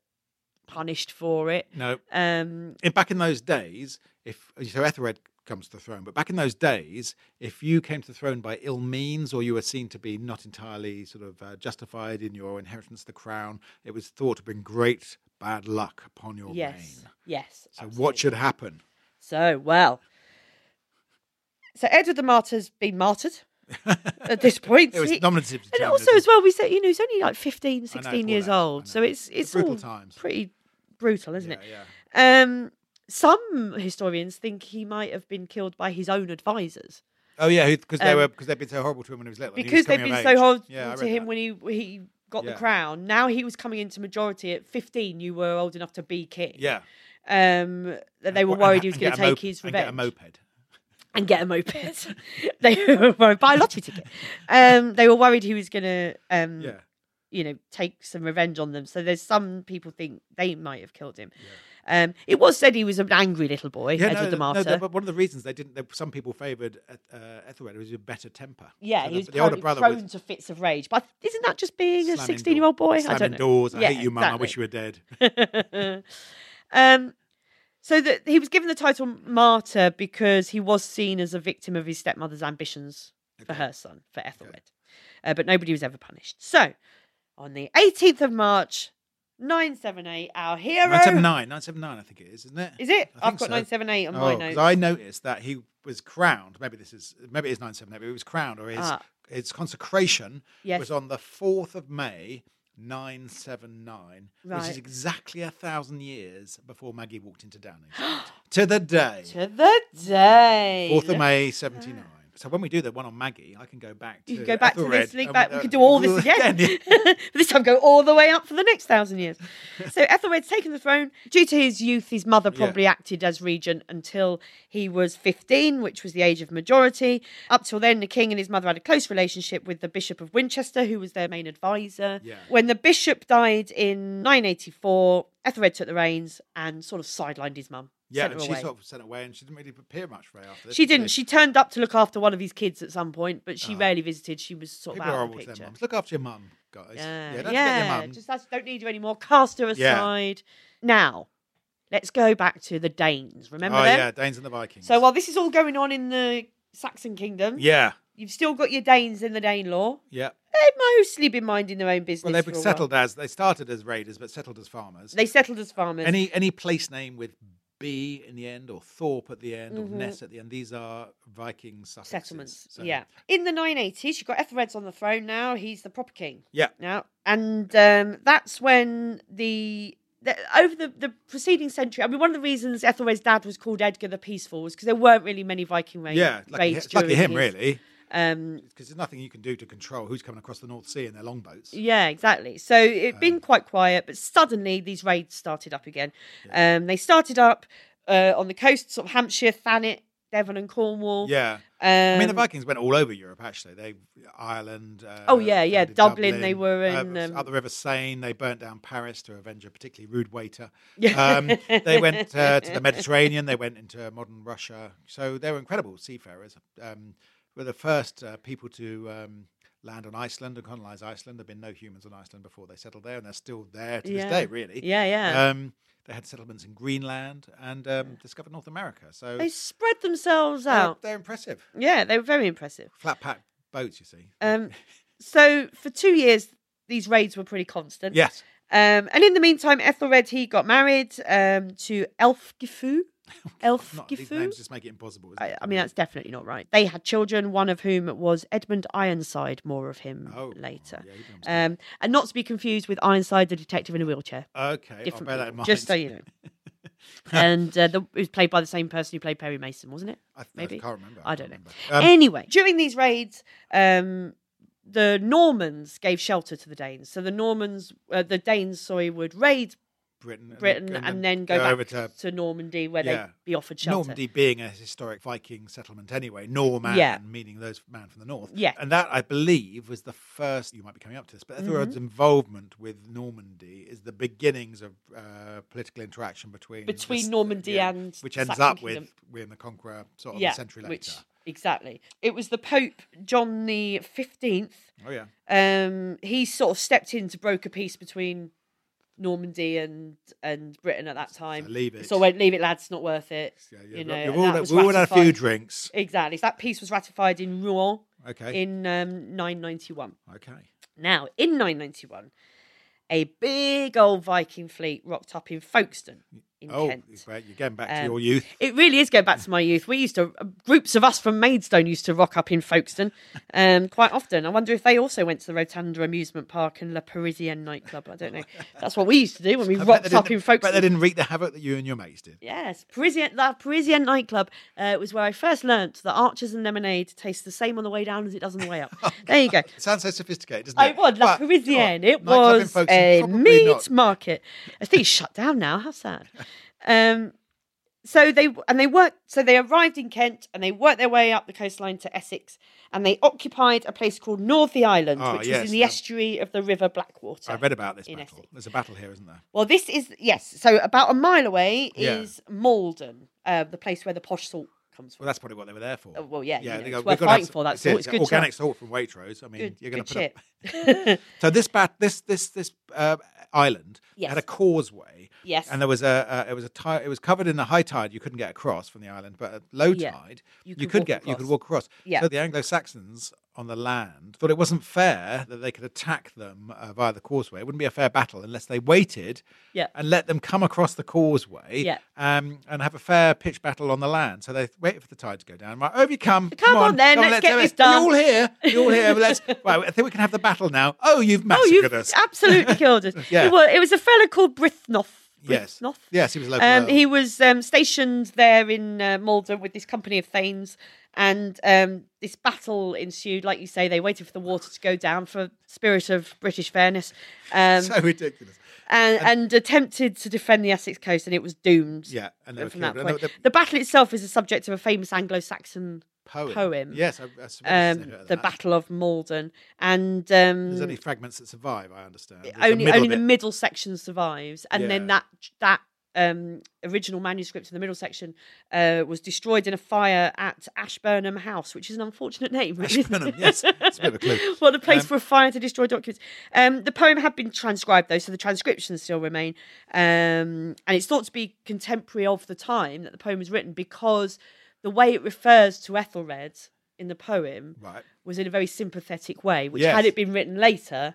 punished for it. No, Um, in, back in those days, if so, Ethelred comes to the throne. But back in those days, if you came to the throne by ill means, or you were seen to be not entirely sort of uh, justified in your inheritance of the crown, it was thought to bring great bad luck upon your yes, reign. yes. So, absolutely. what should happen? So, well, So Edward the Martyr's been *laughs* martyred at this point. It was He- nominative to and also as well, we said you know he's only like 15, I know, 16 all years that, I old, know. so it's it's brutal all times. pretty brutal, isn't yeah, it? yeah. Um, some historians think he might have been killed by his own advisors Oh yeah, because they Um, were because they've been so horrible to him when he was little. and he because was they've coming been so of age. horrible Yeah, I to read him that. when he he got Yeah. the crown. Now he was coming into majority at 15. You were old enough to be king. Yeah, Um, that they were And- worried and he was get going a to mo- take his and get revenge a moped. and get a moped. *laughs* they were worried, buy a lottery ticket. Um, they were worried he was going to, um, Yeah, you know, take some revenge on them. So there's some people think they might have killed him. Um, it was said he was an angry little boy, yeah. Edward no, the no, Martyr. but one of the reasons they didn't. They, some people favoured uh, Ethelred was a better temper. yeah, he So the- was the older prone, brother prone was to fits of rage. But isn't that just being a slamming 16 year old door- boy? I slamming don't know. doors. I Yeah, hate you, mum. I exactly. wish you were *laughs* dead. um, so that he was given the title martyr because he was seen as a victim of his stepmother's ambitions for her son, for Ethelred. Uh, but nobody was ever punished. So, on the 18th of March, 978, our hero. Nine seven nine, nine seven nine. I think it is, isn't it? Is it? I I've think got so. 978 on Oh, my 'cause notes. I noticed that he was crowned. Maybe this is maybe it is nine seven eight. But it was crowned, or his Ah. his consecration Yes. was on the fourth of May, nine seven nine, which Right. is exactly a thousand years before Maggie walked *gasps* into Downing Street. to the day, To the day. fourth of May, seventy nine. So when we do the one on Maggie, I can go back. To You can go back to Ethelred this, link and- back. We uh, could do all *laughs* this again. *laughs* yeah. But this time, go all the way up for the next thousand *laughs* years. So Ethelred's taken the throne. Due to his youth, his mother Yeah. probably acted as regent until he was 15, which was the age of majority. Up till then, the king and his mother had a close relationship with the Bishop of Winchester, who was their main advisor. Yeah. When the bishop died in 984, Ethelred took the reins and sort of sidelined his mum. Yeah, sent her and she away. sort of sent away, and she didn't really appear much for her after this. She did didn't. She turned up to look after one of his kids at some point, but she rarely visited. She was sort of Oh. People are out of horrible the to their picture. mums. Look after your mum, guys. Yeah, don't forget your mum. Just that's, don't need you anymore. Cast her Yeah. aside. Now, let's go back to the Danes. Remember oh them? yeah, Danes and the Vikings. So while this is all going on in the Saxon kingdom, yeah, you've still got your Danes in the Danelaw. yeah. They've mostly been minding their own business. Well, for they've a while. settled as they started as raiders, but settled as farmers. They settled as farmers. any any place name with B in the end, or Thorpe at the end, or Ness at the end. These are Viking suffixes. Mm-hmm. settlements. So- Yeah. In the 980s, you've got Ethelred's on the throne now. He's the proper king. Yeah. Now, and um, that's when the. the- Over the, the preceding century, I mean, one of the reasons Ethelred's dad was called Edgar the Peaceful was because there weren't really many Viking ra- Yeah, lucky, raids. it's lucky during him his- really, Um, because there's nothing you can do to control who's coming across the North Sea in their longboats. yeah, exactly. So it'd Um, been quite quiet, but suddenly these raids started up again. Um, they started up uh, on the coasts of Hampshire, Thanet, Devon, and Cornwall. Yeah, Um, I mean the Vikings went all over Europe actually. They Ireland. Uh, Oh, yeah, yeah, founded Dublin, they were uh, in, um, up the River Seine. They burnt down Paris to avenge a particularly rude waiter. Yeah. Um, *laughs* they went uh, to the Mediterranean. They went into modern Russia. So they were incredible seafarers. Um, were the first uh, people to um, land on Iceland and colonize Iceland. There've been no humans on Iceland before they settled there, and they're still there to Yeah. this day. Really. *laughs* yeah, yeah. Um, they had settlements in Greenland and um, discovered North America. So They spread themselves they're, out. they're impressive. Yeah, they were very impressive. Flat pack boats, you see. Um, so for two years, these raids were pretty constant. Yes. Um, and in the meantime, Ethelred he got married um, to Elfgifu. *laughs* Not, these Elfgifu. names just make it impossible. isn't I, it? I mean, that's definitely not right. They had children, one of whom was Edmund Ironside. More of him Oh, later. yeah, he becomes- um, and not to be confused with Ironside, the detective in a wheelchair. okay. I'll Different bear that in people, mind. just so you know. *laughs* and uh, the, it was played by the same person who played Perry Mason, wasn't it? I, maybe. I can't remember. I can't don't know. remember. Um, anyway, during these raids, um, the Normans gave shelter to the Danes. So the Normans, uh, the Danes, sorry, would raid Britain, and- Britain and, then go, back over to to Normandy, where Yeah. they'd be offered shelter. Normandy being a historic Viking settlement anyway, Norman Yeah. meaning those man from the north. Yeah. And that I believe was the first you might be coming up to this, but Mm-hmm. Ethelred's involvement with Normandy is the beginnings of uh, political interaction between Between this- Normandy and which ends Saxon up Kingdom. with William the Conqueror sort of yeah, a century later. which exactly. It was the Pope John the Fifteenth. oh yeah. Um, he sort of stepped in to broker peace between Normandy and and Britain at that time. leave it. So went leave it, lads. Not worth it. Yeah, you know, have and all that had- was we've all had a few ratified- drinks. Exactly. So that peace was ratified in Rouen Okay. in um, 991. okay. Now, in 991, a big old Viking fleet rocked up in Folkestone in in Oh, Kent. great. you're getting back to Um, your youth. It really is going back to my youth. We used to uh, groups of us from Maidstone used to rock up in Folkestone um, quite often. I wonder if they also went to the Rotunda amusement park and La Parisienne nightclub. I don't know. That's what we used to do when we *laughs* I bet they rocked up didn't- in bet they Folkestone. didn't wreak the havoc that you and your mates did. Yes, Parisian La Parisienne nightclub uh, was where I first learnt that archers and lemonade tastes the same on the way down as it does on the way up. *laughs* Oh, there you go. It sounds so sophisticated, doesn't it? I was La But, you know what? Parisienne. It Nightclub in was Folkestone, a probably meat not. market. I think it's shut down now. How *laughs* sad. Um, so they and they worked. So they arrived in Kent and they worked their way up the coastline to Essex, and they occupied a place called Northey Island, Ah, which yes, is in the um, estuary of the River Blackwater. I read about this in battle. Essex. There's a battle here, isn't there? Well, this is yes. So about a mile away Yeah. is Malden, uh, the place where the posh salt comes from. Well, that's probably what they were there for. Oh, well, yeah, you yeah. know, they it's go, "We're worth gonna have fighting some- for, that's it, all, it's good organic salt from Waitrose. I mean, Good, you're going good to put up shit. *laughs* So this bat, this this this uh, island Yes. had a causeway. *laughs* Yes. And there was a uh, it was a tide, it was covered in a high tide. You couldn't get across from the island, but at low Yeah. tide You you, could could walk get you could across. walk across. Yeah. So the Anglo Saxons on the land thought it wasn't fair that they could attack them uh, via the causeway. It wouldn't be a fair battle unless they waited. Yeah. And let them come across the causeway Yeah. um, and have a fair pitch battle on the land. So they waited for the tide to go down. Right, over you come. Come, on then, come let's get do it. this done. We all here. We *laughs* all here. Let's. Right, I think we can have the battle now. Oh, you've Oh, massacred you've us. *laughs* absolutely killed us. Yeah. it, was, it was a fella called Brithnoff. Yes. Brithnoff. Yes, he was a local. Um, earl. he was um, stationed there in uh, Malden with this company of thanes, and um, this battle ensued. Like you say, they waited for the water to go down for spirit of British fairness, um, *laughs* so ridiculous. and, and attempted to defend the Essex coast, and it was doomed. Yeah, and they were from that killed. point. And the, The, the battle itself is the subject of a famous Anglo-Saxon, poem. poem, Yes, I, I suppose um, it's the that. Battle of Malden, and There's um, only fragments that survive. I understand. There's only the middle only the bit. *laughs* middle section survives, and then Yeah. that that um, original manuscript in the middle section uh, was destroyed in a fire at Ashburnham House, which is an unfortunate name. really, isn't it? *laughs* Ashburnham, yes, it's a bit of a clue. well, the place Um, for a fire to destroy documents. Um, the poem had been transcribed, though, so the transcriptions still remain. Um, and it's thought to be contemporary of the time that the poem was written because the way it refers to Ethelred in the poem Right, was in a very sympathetic way, which Yes. had it been written later,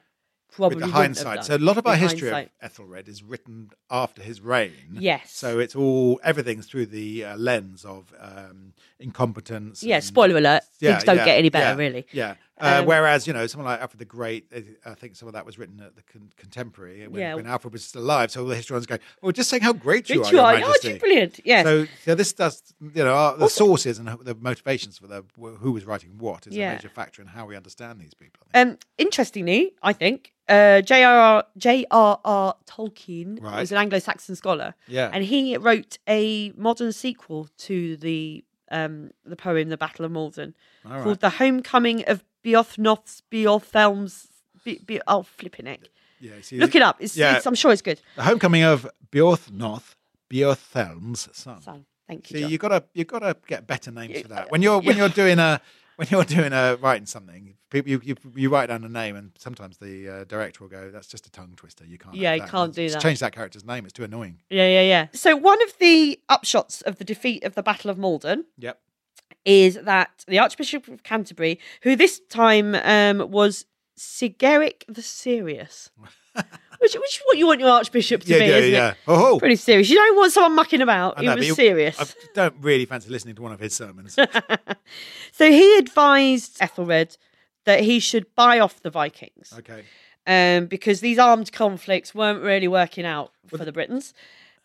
probably with the wouldn't have hindsight. done. So a lot of our With history hindsight. of Ethelred is written after his reign. Yes. So it's all everything's through the uh, lens of um, incompetence. yeah, and- spoiler alert. Yeah, things don't yeah, get any better, yeah, really. Yeah. Uh, Um, whereas you know someone like Alfred the Great, I- I think some of that was written at the con- contemporary when, Yeah. when Alfred was still alive. So all the historians go, "Oh, just saying how great you Good are, you Your are. Oh, Majesty." you're brilliant. Yes. So, so this does, you know, our- the sources and the motivations for the who was writing what is Yeah. a major factor in how we understand these people. I think. um, interestingly, I think uh, J.R.R. J.R.R. Tolkien Right. was an Anglo-Saxon scholar, Yeah. and he wrote a modern sequel to the um, the poem "The Battle of Malden" All called right. "The Homecoming of Beothnot's Beothelm's." Be, Be- oh, flipping it! Yeah, see, Look it up. It's, yeah. it's, I'm sure it's good. The homecoming of Beorthnoth, Beorthelm's son. So, thank you. See, John. you gotta you gotta get better names for that. When you're when you're doing a when you're doing a writing something, people you, you you write down a name, and sometimes the uh, director will go, "That's just a tongue twister. You can't." have Yeah, you that. can't do Just that." Change that character's name. It's too annoying. Yeah, yeah, yeah. So one of the upshots of the defeat of the Battle of Malden Yep. is that the Archbishop of Canterbury, who this time um, was Sigeric the Serious, *laughs* which, which is what you want your Archbishop to Yeah, be, yeah, isn't yeah. it? Oh, Pretty serious. You don't want someone mucking about. I He know, was but you- serious. I don't really fancy listening to one of *laughs* his sermons. So he advised Ethelred that he should buy off the Vikings okay. um, because these armed conflicts weren't really working out for the Britons.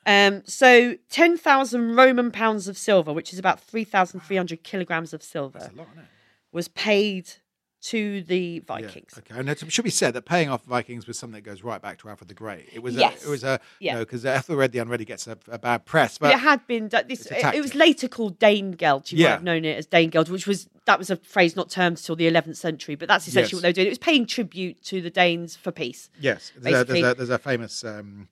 Um, so 10,000 Roman pounds of silver, which is about 3,300 kilograms of silver, That's a lot, isn't it? was paid to the Yeah, Vikings. Okay, and it should be said that paying off Vikings was something that goes right back to Alfred the Great. It was, Yes. a, it was a, Yeah. you know, because Ethelred the Unready gets a, a bad press, But but it had been done. This a it, it was tactic. later called Danegeld. You might Yeah. have known it as Danegeld, which was that was a phrase not termed till the 11th century. But that's essentially what Yes. they were doing. It was paying tribute to the Danes for peace. yes, there's a, there's, basically- a, there's a famous um,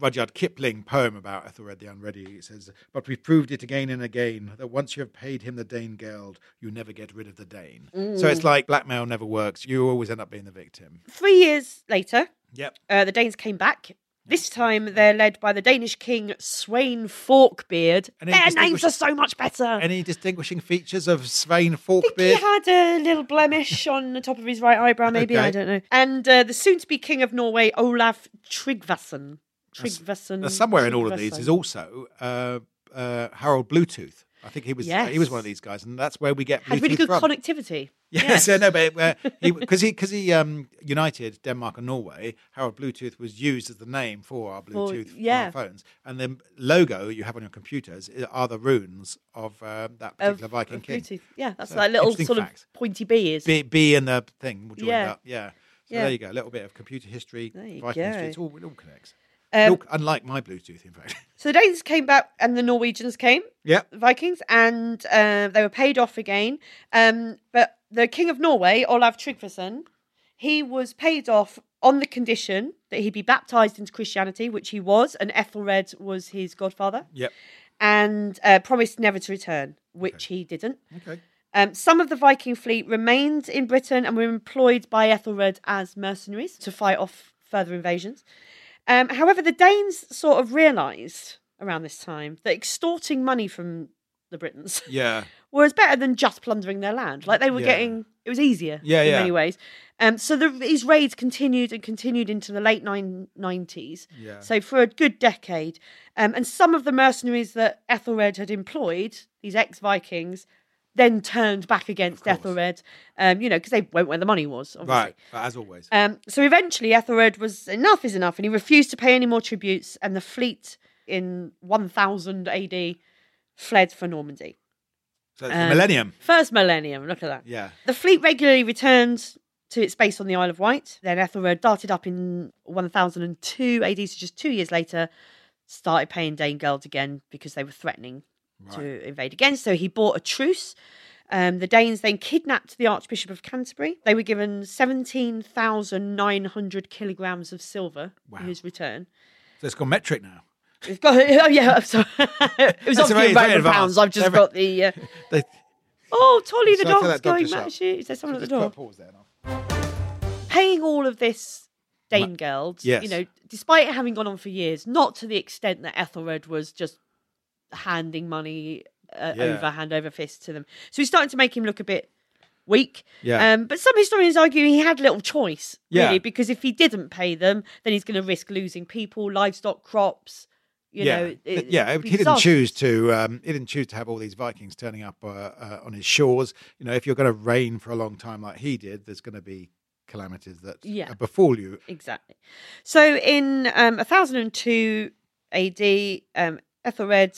Rudyard Kipling poem about Ethelred the Unready. It says, "But we proved it again and again that once you have paid him the Danegeld, you never get rid of the Dane." So Mm. it's like blackmail never works. You always end up being the victim. Three years later, Yep. uh, the Danes came back. This time they're led by the Danish king Swain Forkbeard. And he Their names distinguished- are so much better. Any distinguishing features of Svein He Forkbeard? had a little *laughs* blemish on the top of his right eyebrow, maybe Okay. I don't know. And uh, the soon-to-be king of Norway, Olaf Tryggvason, Tryggveson. Now, somewhere in all of these is also uh, uh, Harold Bluetooth. I think he was he was one of Yes. these guys, and that's where we get Bluetooth Had really good from. connectivity. *laughs* Yes, yeah, no, but uh, he because he because he um, united Denmark and Norway. Harold Bluetooth was used as the name for our For- Bluetooth yeah. on our phones, and the logo you have on your computers i- are the runes of uh, that Of, particular Viking of king. Bluetooth. Yeah, that's So, that little interesting sort fact. of pointy B is. B, B and the thing will join Yeah. up. Yeah. So Yeah. there you go. A little bit of computer history, There you Viking history. go. It's all, it all connects. Um, Look, unlike my Bluetooth, in fact. *laughs* So the Danes came back and the Norwegians came, yeah. the Vikings, and uh, they were paid off again. Um, but the King of Norway, Olav Tryggvason, he was paid off on the condition that he be baptized into Christianity, which he was, and Ethelred was his godfather, Yep. and uh, promised never to return, which he didn't. Okay. Um, some of the Viking fleet remained in Britain and were employed by Ethelred as mercenaries to fight off further invasions. Um, however, the Danes sort of realised around this time that extorting money from the Britons *laughs* Yeah. was better than just plundering their land. Like they were Yeah. getting, it was easier Yeah, in yeah. many ways. Um, so the, these raids continued and continued into the late nine nineties. Yeah. So for a good decade, um, and some of the mercenaries that Ethelred had employed, these ex-Vikings, then turned back against course. Ethelred. Um, you know, because they went where the money was, obviously. Right. But as always. Um, so eventually, Ethelred was enough is enough, and he refused to pay any more tributes. And the fleet in 1000 AD fled for Normandy. So Um, it's the millennium. First millennium, look at that. Yeah. The fleet regularly returned to its base on the Isle of Wight. Then Ethelred darted up in 1002 AD, so just two years later, started paying Danegeld again because they were threatening to invade again. So he bought a truce. Um, the Danes then kidnapped the Archbishop of Canterbury. They were given 17,900 kilograms of silver Wow. in his return. So it's gone metric now. We've got, *laughs* oh, yeah, I'm sorry. it was That's obviously very- in very Roman advanced. pounds. I've just Very- got the. Uh, They, oh, Tolly the So I tell dog's that dog to going shut mad up. shit. Is there someone at the just door? put a pause there now. paying all of this Danegeld, Yes. you know, despite it having gone on for years, not to the extent that Ethelred was just handing money uh, Yeah. over, hand over fist to them. So he's starting to make him look a bit weak. Yeah. Um, but some historians argue he had little choice, Yeah. really, because if he didn't pay them, then he's going to risk losing people, livestock, crops. You yeah, know, Th- it- yeah. it'd be He didn't disastrous. choose to. Um, he didn't choose to have all these Vikings turning up uh, uh, on his shores. You know, if you're going to reign for a long time like he did, there's going to be calamities that Yeah. uh, befall you. Exactly. So in um, 1002 AD, um, Ethelred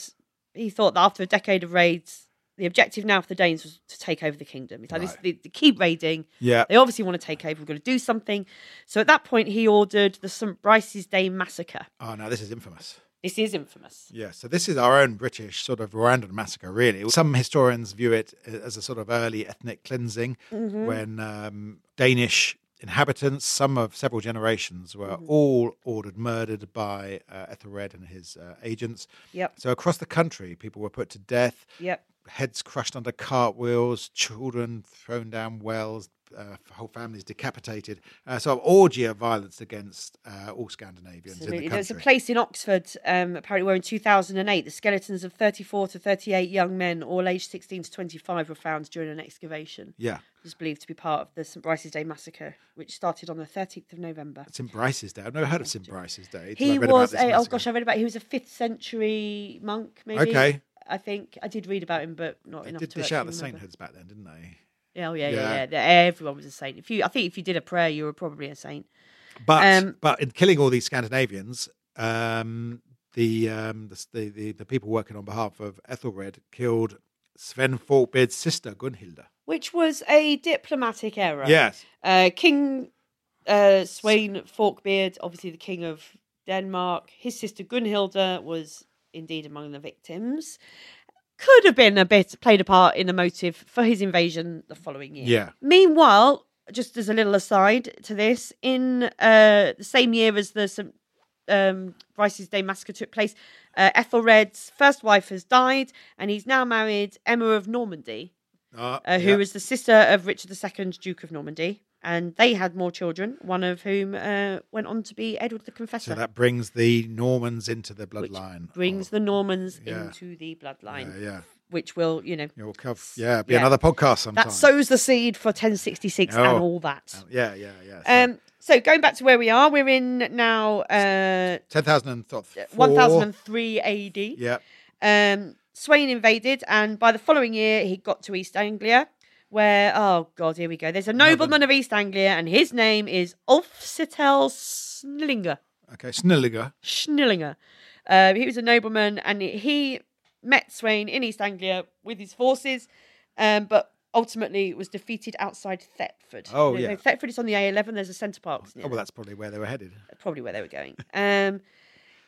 he thought that after a decade of raids, the objective now for the Danes was to take over the kingdom. He's like, this, Right. they, they keep raiding. Yeah. They obviously want to take over. We're going to do something. So at that point, he ordered the St. Brice's Day massacre. Oh, now this is infamous. This is infamous. Yeah. So this is our own British sort of Rwandan massacre, really. Some historians view it as a sort of early ethnic cleansing Mm-hmm. when um, Danish inhabitants, some of several generations, were Mm-hmm. all ordered murdered by uh, Ethelred and his uh, agents. Yep. So across the country, people were put to death. Yep. heads crushed under cartwheels, children thrown down wells, uh, whole families decapitated. Uh, so, an orgy of violence against uh, all Scandinavians in Absolutely. the There's a country. place in Oxford, um, apparently, where in 2008 the skeletons of 34 to 38 young men, all aged 16 to 25, were found during an excavation. yeah, was believed to be part of the St Brice's Day massacre, which started on the 13th of November. St. Bryce's Day. I've never heard of St. Bryce's Day. till I He read about was this a, oh massacre. gosh, I read about he was a fifth century monk, maybe. Okay. I think I did read about him, but not They enough did to dish actually out the remember. sainthoods back then, didn't they? Yeah, oh yeah, yeah, Yeah. yeah, They're- Everyone was a saint. If you, I think, if you did a prayer, you were probably a saint. But Um, but in killing all these Scandinavians, um, the, um, the, the the the people working on behalf of Ethelred killed Sven Fortbid's sister Gunhilda. Which was a diplomatic error. Yes, Uh, king uh, Swain Forkbeard, obviously the king of Denmark. His sister Gunhilda was indeed among the victims. Could have been a bit played a part in the motive for his invasion the following year. Yeah. Meanwhile, just as a little aside to this, in uh, the same year as the St. Um, Bryce's Day massacre took place, uh, Ethelred's first wife has died, and he's now married Emma of Normandy uh, uh, who yeah. was the sister of Richard II, Duke of Normandy, and they had more children, one of whom uh, went on to be Edward the Confessor, So that brings the Normans into the which bloodline. brings of- the Normans Yeah. into the bloodline, Yeah, yeah. which will, you know, You'll cover. Yeah, be yeah. another podcast sometime. that sows the seed for 1066 Oh. and all that. Yeah, yeah, yeah. so- Um, So going back to where we are, we're in now uh, 10,004. 1003 AD. Yeah. Um, Swain invaded, and by the following year, he got to East Anglia, where oh god, here we go. There's a nobleman of East Anglia, and his name is Ulfsitel Snillinger. Okay. Snilliger. Schnillinger. Uh, he was a nobleman, and he met Swain in East Anglia with his forces, um, but ultimately was defeated outside Thetford. Oh, You know, yeah. Thetford is on the A11. There's a centre park. isn't Oh, it? well, that's probably where they were headed. probably where they were going. Um,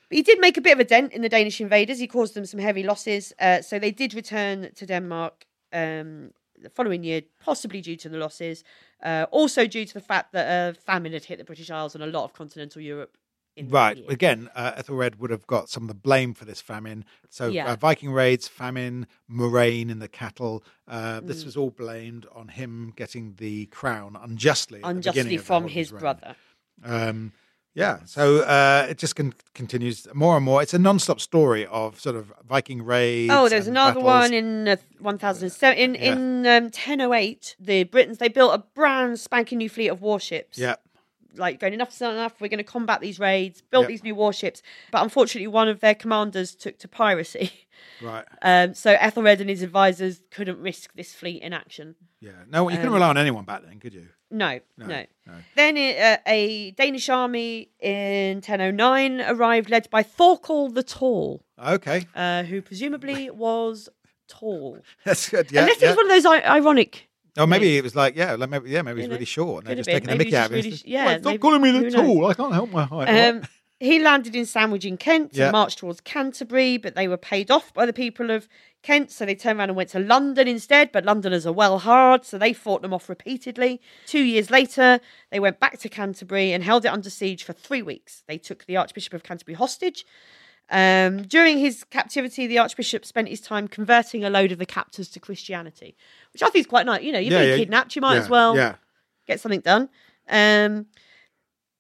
but he did make a bit of a dent in the Danish invaders. He caused them some heavy losses, uh, so they did return to Denmark um, the following year, possibly due to the losses, uh, also due to the fact that a famine had hit the British Isles and a lot of continental Europe. In that Right. year. Again, uh, Ethelred would have got some of the blame for this famine. So Yeah. uh, Viking raids, famine, moraine in the cattle. Uh, Mm. This was all blamed on him getting the crown unjustly, at the beginning unjustly of the from Holden's his reign. brother. Um, yeah, so uh, it just con- continues more and more. It's a non-stop story of sort of Viking raids. Oh, there's and another um, battles. one in uh, 1007 in Yeah. in um, 1008. The Britons they built a brand spanking new fleet of warships. Yeah, like going enough's not enough. We're going to combat these raids, build Yep. these new warships. But unfortunately, one of their commanders took to piracy. *laughs* right. Um, so Ethelred and his advisors couldn't risk this fleet in action. Yeah, no, Um, you couldn't rely on anyone back then, could you? No, no. No, no. Then uh, a Danish army in 1009 arrived, led by Thorkel the Tall, Okay, *laughs* uh, who presumably was tall. that's good. Yeah, Unless it yeah. was one of those I- ironic. Or maybe it was like, yeah, like maybe, yeah, maybe You he's know, really short. And could they're have just been. Maybe taking the mickey he's out just of it. really sh- yeah, Well, stop maybe- calling me who the knows? tall. I can't help my height. Um, he landed in Sandwich in Kent Yeah. and marched towards Canterbury, but they were paid off by the people of Kent, so they turned around and went to London instead. But Londoners are well hard, so they fought them off repeatedly. Two years later, they went back to Canterbury and held it under siege for three weeks. They took the Archbishop of Canterbury hostage. Um, during his captivity, the Archbishop spent his time converting a load of the captors to Christianity, which I think is quite nice. You know, you've Yeah, been yeah, kidnapped, you might yeah, as well Yeah, get something done. Um,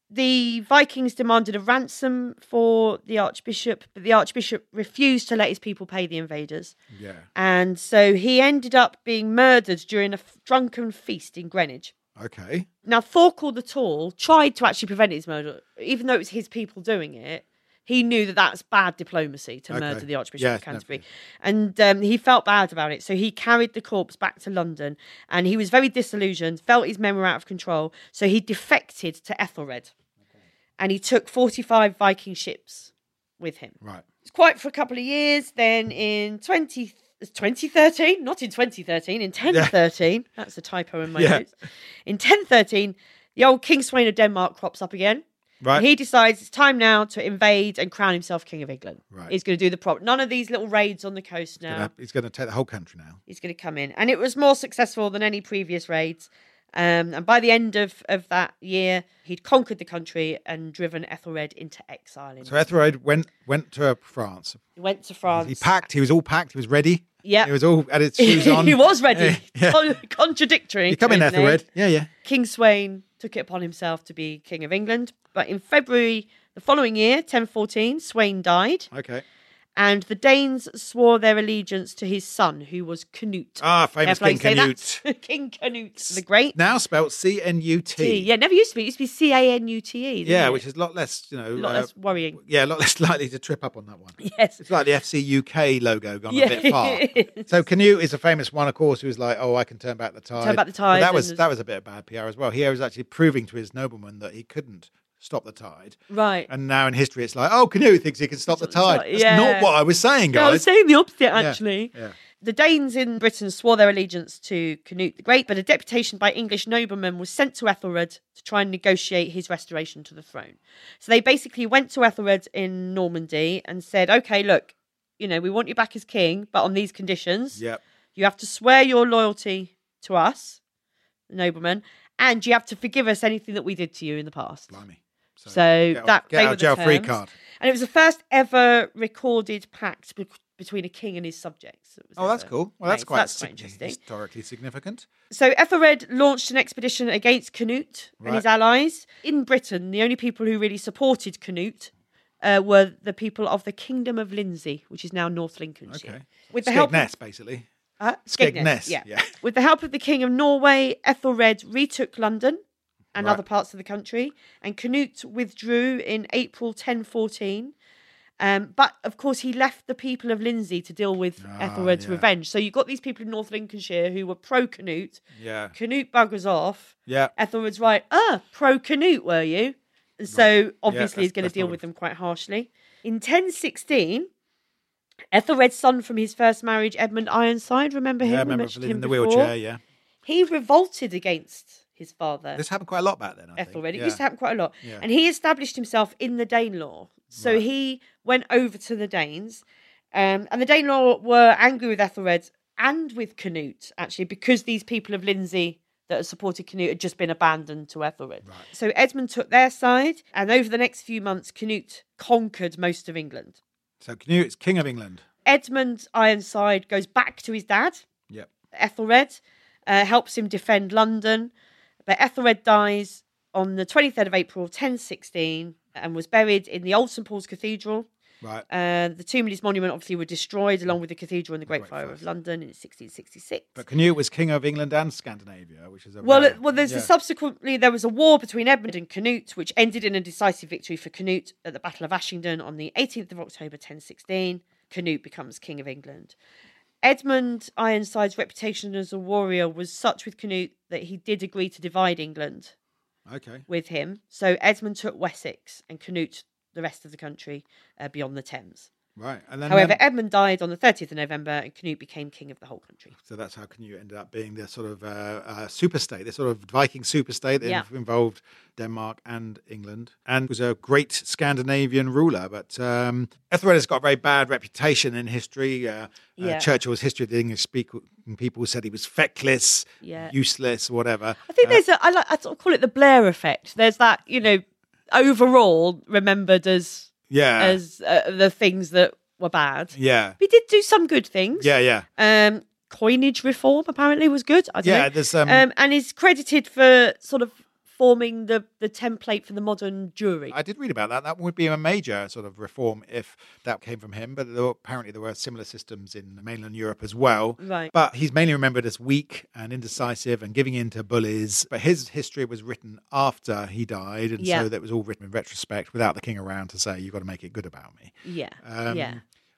the Vikings demanded a ransom for the Archbishop, but the Archbishop refused to let his people pay the invaders. yeah. And so he ended up being murdered during a f- drunken feast in Greenwich. Okay, Now, Thorkel the Tall tried to actually prevent his murder, even though it was his people doing it. He knew that that's bad diplomacy to Okay. murder the Archbishop Yes, of Canterbury. And um, he felt bad about it. So he carried the corpse back to London and he was very disillusioned, felt his men were out of control. So he defected to Ethelred and he took 45 Viking ships with him. right. It's quiet for a couple of years. Then in 20, 2013, not in 2013, in 1013, that's a typo in my Yeah. notes. In 1013, the old King Swain of Denmark crops up again. Right. He decides it's time now to invade and crown himself King of England. Right. He's going to do the prop. None of these little raids on the coast now. Gonna- he's going to take the whole country now. He's going to come in. And it was more successful than any previous raids. Um, and by the end of, of that year, he'd conquered the country and driven Ethelred into exile. In So Ethelred went went to France. he went to France. He packed. He was all packed. He was ready. Yep. He was all had his shoes *laughs* on. he was ready. Yeah. Con- Contradictory. You come in, to his name. Ethelred. Yeah, yeah. King Swain took it upon himself to be King of England. But in February the following year, 1014, Swain died, Okay. and the Danes swore their allegiance to his son, who was Canute. Ah, famous Careful how King you say that. *laughs* Canute. King Canute the Great. Now spelt C N U T. Yeah, never used to be. It used to be C A N U T E. didn't Yeah, it? which is a lot less, you know. a lot uh, less worrying. yeah, a lot *laughs* less likely to trip up on that one. Yes. It's like the FC UK logo gone Yeah, a bit far. *laughs* it is. So Canute is a famous one, of course, who was like, "Oh, I can turn back the tide." back the But tide that and was there's- that was a bit of bad PR as well. Here is actually proving to his nobleman that he couldn't stop the tide. Right. And now in history, it's like, "Oh, Canute thinks he can stop the tide." That's yeah. not what I was saying, No, I was guys. saying the opposite, actually. yeah. The Danes in Britain swore their allegiance to Canute the Great, but a deputation by English noblemen was sent to Ethelred to try and negotiate his restoration to the throne. So they basically went to Ethelred in Normandy and said, okay, look, you know, we want you back as king, but on these conditions. Yep. You have to swear your loyalty to us, the noblemen, and you have to forgive us anything that we did to you in the past. Blimey. So, So get out- that get they out were of the jail free terms. card. and it was the first ever recorded pact be- between a king and his subjects. that was Oh, that's ever cool. Well, made. that's So quite, that's quite sig- interesting. historically significant. So Ethelred launched an expedition against Canute and Right. his allies in Britain. The only people who really supported Canute. Uh, were the people of the Kingdom of Lindsey, which is now North Lincolnshire. Okay. With the help of Skegness, basically. Uh, Skegness, yeah. With the help of the King of Norway, Ethelred retook London and Right. other parts of the country. And Canute withdrew in April 1014. Um, but of course, he left the people of Lindsey to deal with Ah, Ethelred's yeah. revenge. So you got these people in North Lincolnshire who were pro Canute. Yeah. Canute buggers off. Yeah. Ethelred's right, ah, pro Canute, were you? And so obviously that's- he's going to that's deal not a- with them quite harshly. In 1016, Ethelred's son from his first marriage, Edmund Ironside, remember him? Yeah, I We remember mentioned living in the him before. wheelchair. Yeah, He revolted against his father, this happened quite a lot back then. I think. Ethelred. It yeah. used to happen quite a lot. Yeah. And he established himself in the Danelaw. So Right. he went over to the Danes. Um, and the Danelaw were angry with Ethelred and with Canute, actually, because these people of Lindsey that had supported Canute had just been abandoned to Ethelred. Right. So Edmund took their side. And over the next few months, Canute conquered most of England. So Canute is king of England. Edmund Ironside goes back to his dad. Yep. Ethelred, uh, helps him defend London. But Ethelred dies on the 23rd of April 1016 and was buried in the Old St Paul's Cathedral. Right. Uh, the tomb and his monument obviously were destroyed along with the cathedral and the Great, Great Fire Fire. of London in 1666. But Canute was king of England and Scandinavia, which is a well, rare- it- well, there's yeah. the subsequently there was a war between Edmund and Canute, which ended in a decisive victory for Canute at the Battle of Ashingdon on the 18th of October 1016. Canute becomes king of England. Edmund Ironside's reputation as a warrior was such with Canute that he did agree to divide England Okay. with him. So Edmund took Wessex and Canute the rest of the country uh, beyond the Thames. Right. And then However, then- Edmund died on the 30th of November and Canute became king of the whole country. so that's how Canute ended up being the sort of uh, uh, super state, the sort of Viking super state that Yeah. involved Denmark and England, and was a great Scandinavian ruler. But um, Ethelred has got a very bad reputation in history. Uh, Yeah. uh, Churchill's history of the English speak- people said he was feckless, Yeah. useless, whatever. I think there's a I like I sort of call it the Blair effect. There's that you know overall remembered as Yeah. as uh, the things that were bad. yeah. We did do some good things. Yeah, yeah. Um, coinage reform apparently was good. I don't Yeah, know. there's, um, and is credited for sort of forming the the template for the modern jury. I did read about that. That would be a major sort of reform if that came from him. But there were, apparently, there were similar systems in mainland Europe as well. Right. But he's mainly remembered as weak and indecisive and giving in to bullies. But his history was written after he died, and Yeah. so that was all written in retrospect, without the king around to say, "You've got to make it good about me." yeah. Um, yeah.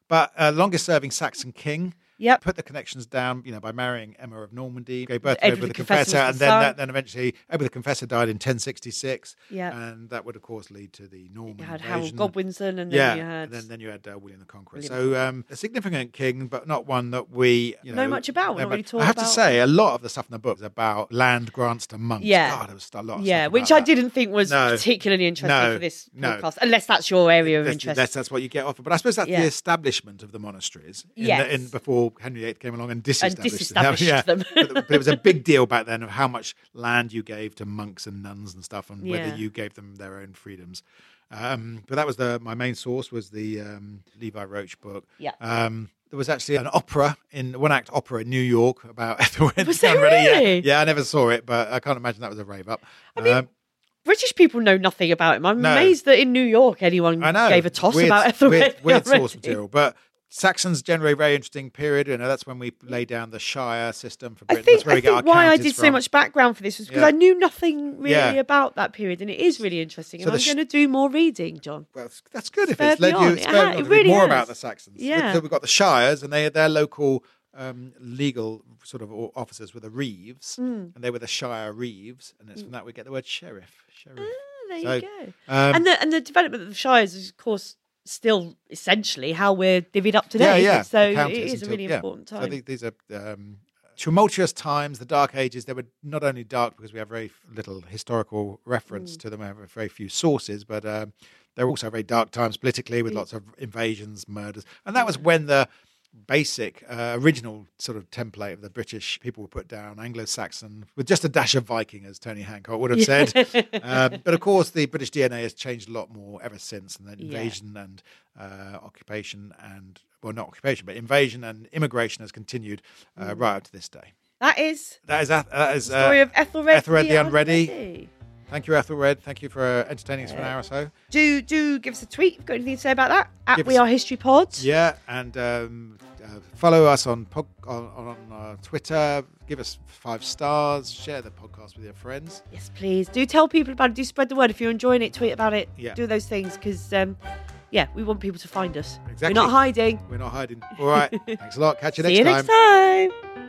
But uh, longest-serving Saxon king. Yep. Put the connections down, you know, by marrying Emma of Normandy, gave birth to Edward Edward the the Confessor's Confessor, and the then son. that, then eventually Edward the Confessor died in 1066. Yeah. and that would of course lead to the Norman You had Harold invasion. Godwinson, and then yeah, you had and then, then you had uh, William the Conqueror. William. So um, a significant king, but not one that we you Know know, much about, we're know not really much- taught I have about. to say, a lot of the stuff in the book is about land grants to monks. Yeah. God, there was a lot. Of yeah, stuff which about I that. didn't think was No. particularly interesting No. for this No. podcast, unless that's your area of That's, interest. that's, that's what you get offered. But I suppose that's Yeah. the establishment of the monasteries in Yes. the, in, before Henry VIII came along and disestablished, *laughs* disestablished them. but, but it was a big deal back then of how much land you gave to monks and nuns and stuff and Yeah. whether you gave them their own freedoms. Um, but that was the my main source was the um, Levi Roach book. Yeah. Um, there was actually an opera in one act opera in New York about *laughs* Ethelred. Was there Conrad, yeah. really? Yeah, I never saw it, but I can't imagine that was a rave up. Um, I mean, British people know nothing about him. I'm amazed that in New York anyone I know. gave a toss Weird- about Ethelred. Weird, weird source already. material, but Saxons generally a very interesting period. You know, that's when we lay down the shire system for I Britain. think, that's where I we get our think why I counties did so from. much background for this was because Yeah. I knew nothing really Yeah. about that period, and it is really interesting. And So I'm the sh- going to do more reading, John. Well, it's- that's good if Spurred it's led me on. you. It's It spurred ha- me on it to read really more has. about the Saxons. Yeah. So we've got the shires, and they their local um, legal sort of o- officers were the reeves, Mm. and they were the shire reeves, and it's from that we get the word sheriff. Sheriff. Ah. Oh, there you So, go. um, and the and the development of the shires is, of course, still essentially how we're divvied up yeah, today. yeah. So the it counties is a until- really yeah. important So time. the- these are um, tumultuous times, the Dark Ages. They were not only dark because we have very f- little historical reference Mm. to them, we have very few sources, but um, they were also very dark times politically with lots of invasions, murders. And that was when the basic uh, original sort of template of the British people were put down, Anglo-Saxon, with just a dash of Viking, as Tony Hancock would *laughs* have said. um, but of course, the British DNA has changed a lot more ever since, and then invasion and uh, occupation and well, not occupation, but invasion and immigration has continued uh, right up to this day. that is That is, that is uh, Mm. story of Ethelred. Ethelred the Unready. Thank you, Ethelred. Thank you for uh, entertaining us for an hour or so. Do do give us a tweet. You've got anything to say about that? At Give We us- Are History Pods. Yeah, and um, uh, follow us on pod, on, on uh, Twitter. Give us five stars. Share the podcast with your friends. Yes, please. Do tell people about it. Do spread the word. If you're enjoying it, tweet about it. Yeah. Do those things because, um, yeah, we want people to find us. Exactly. We're not hiding. *laughs* We're not hiding. All right. Thanks a lot. Catch you See you next time.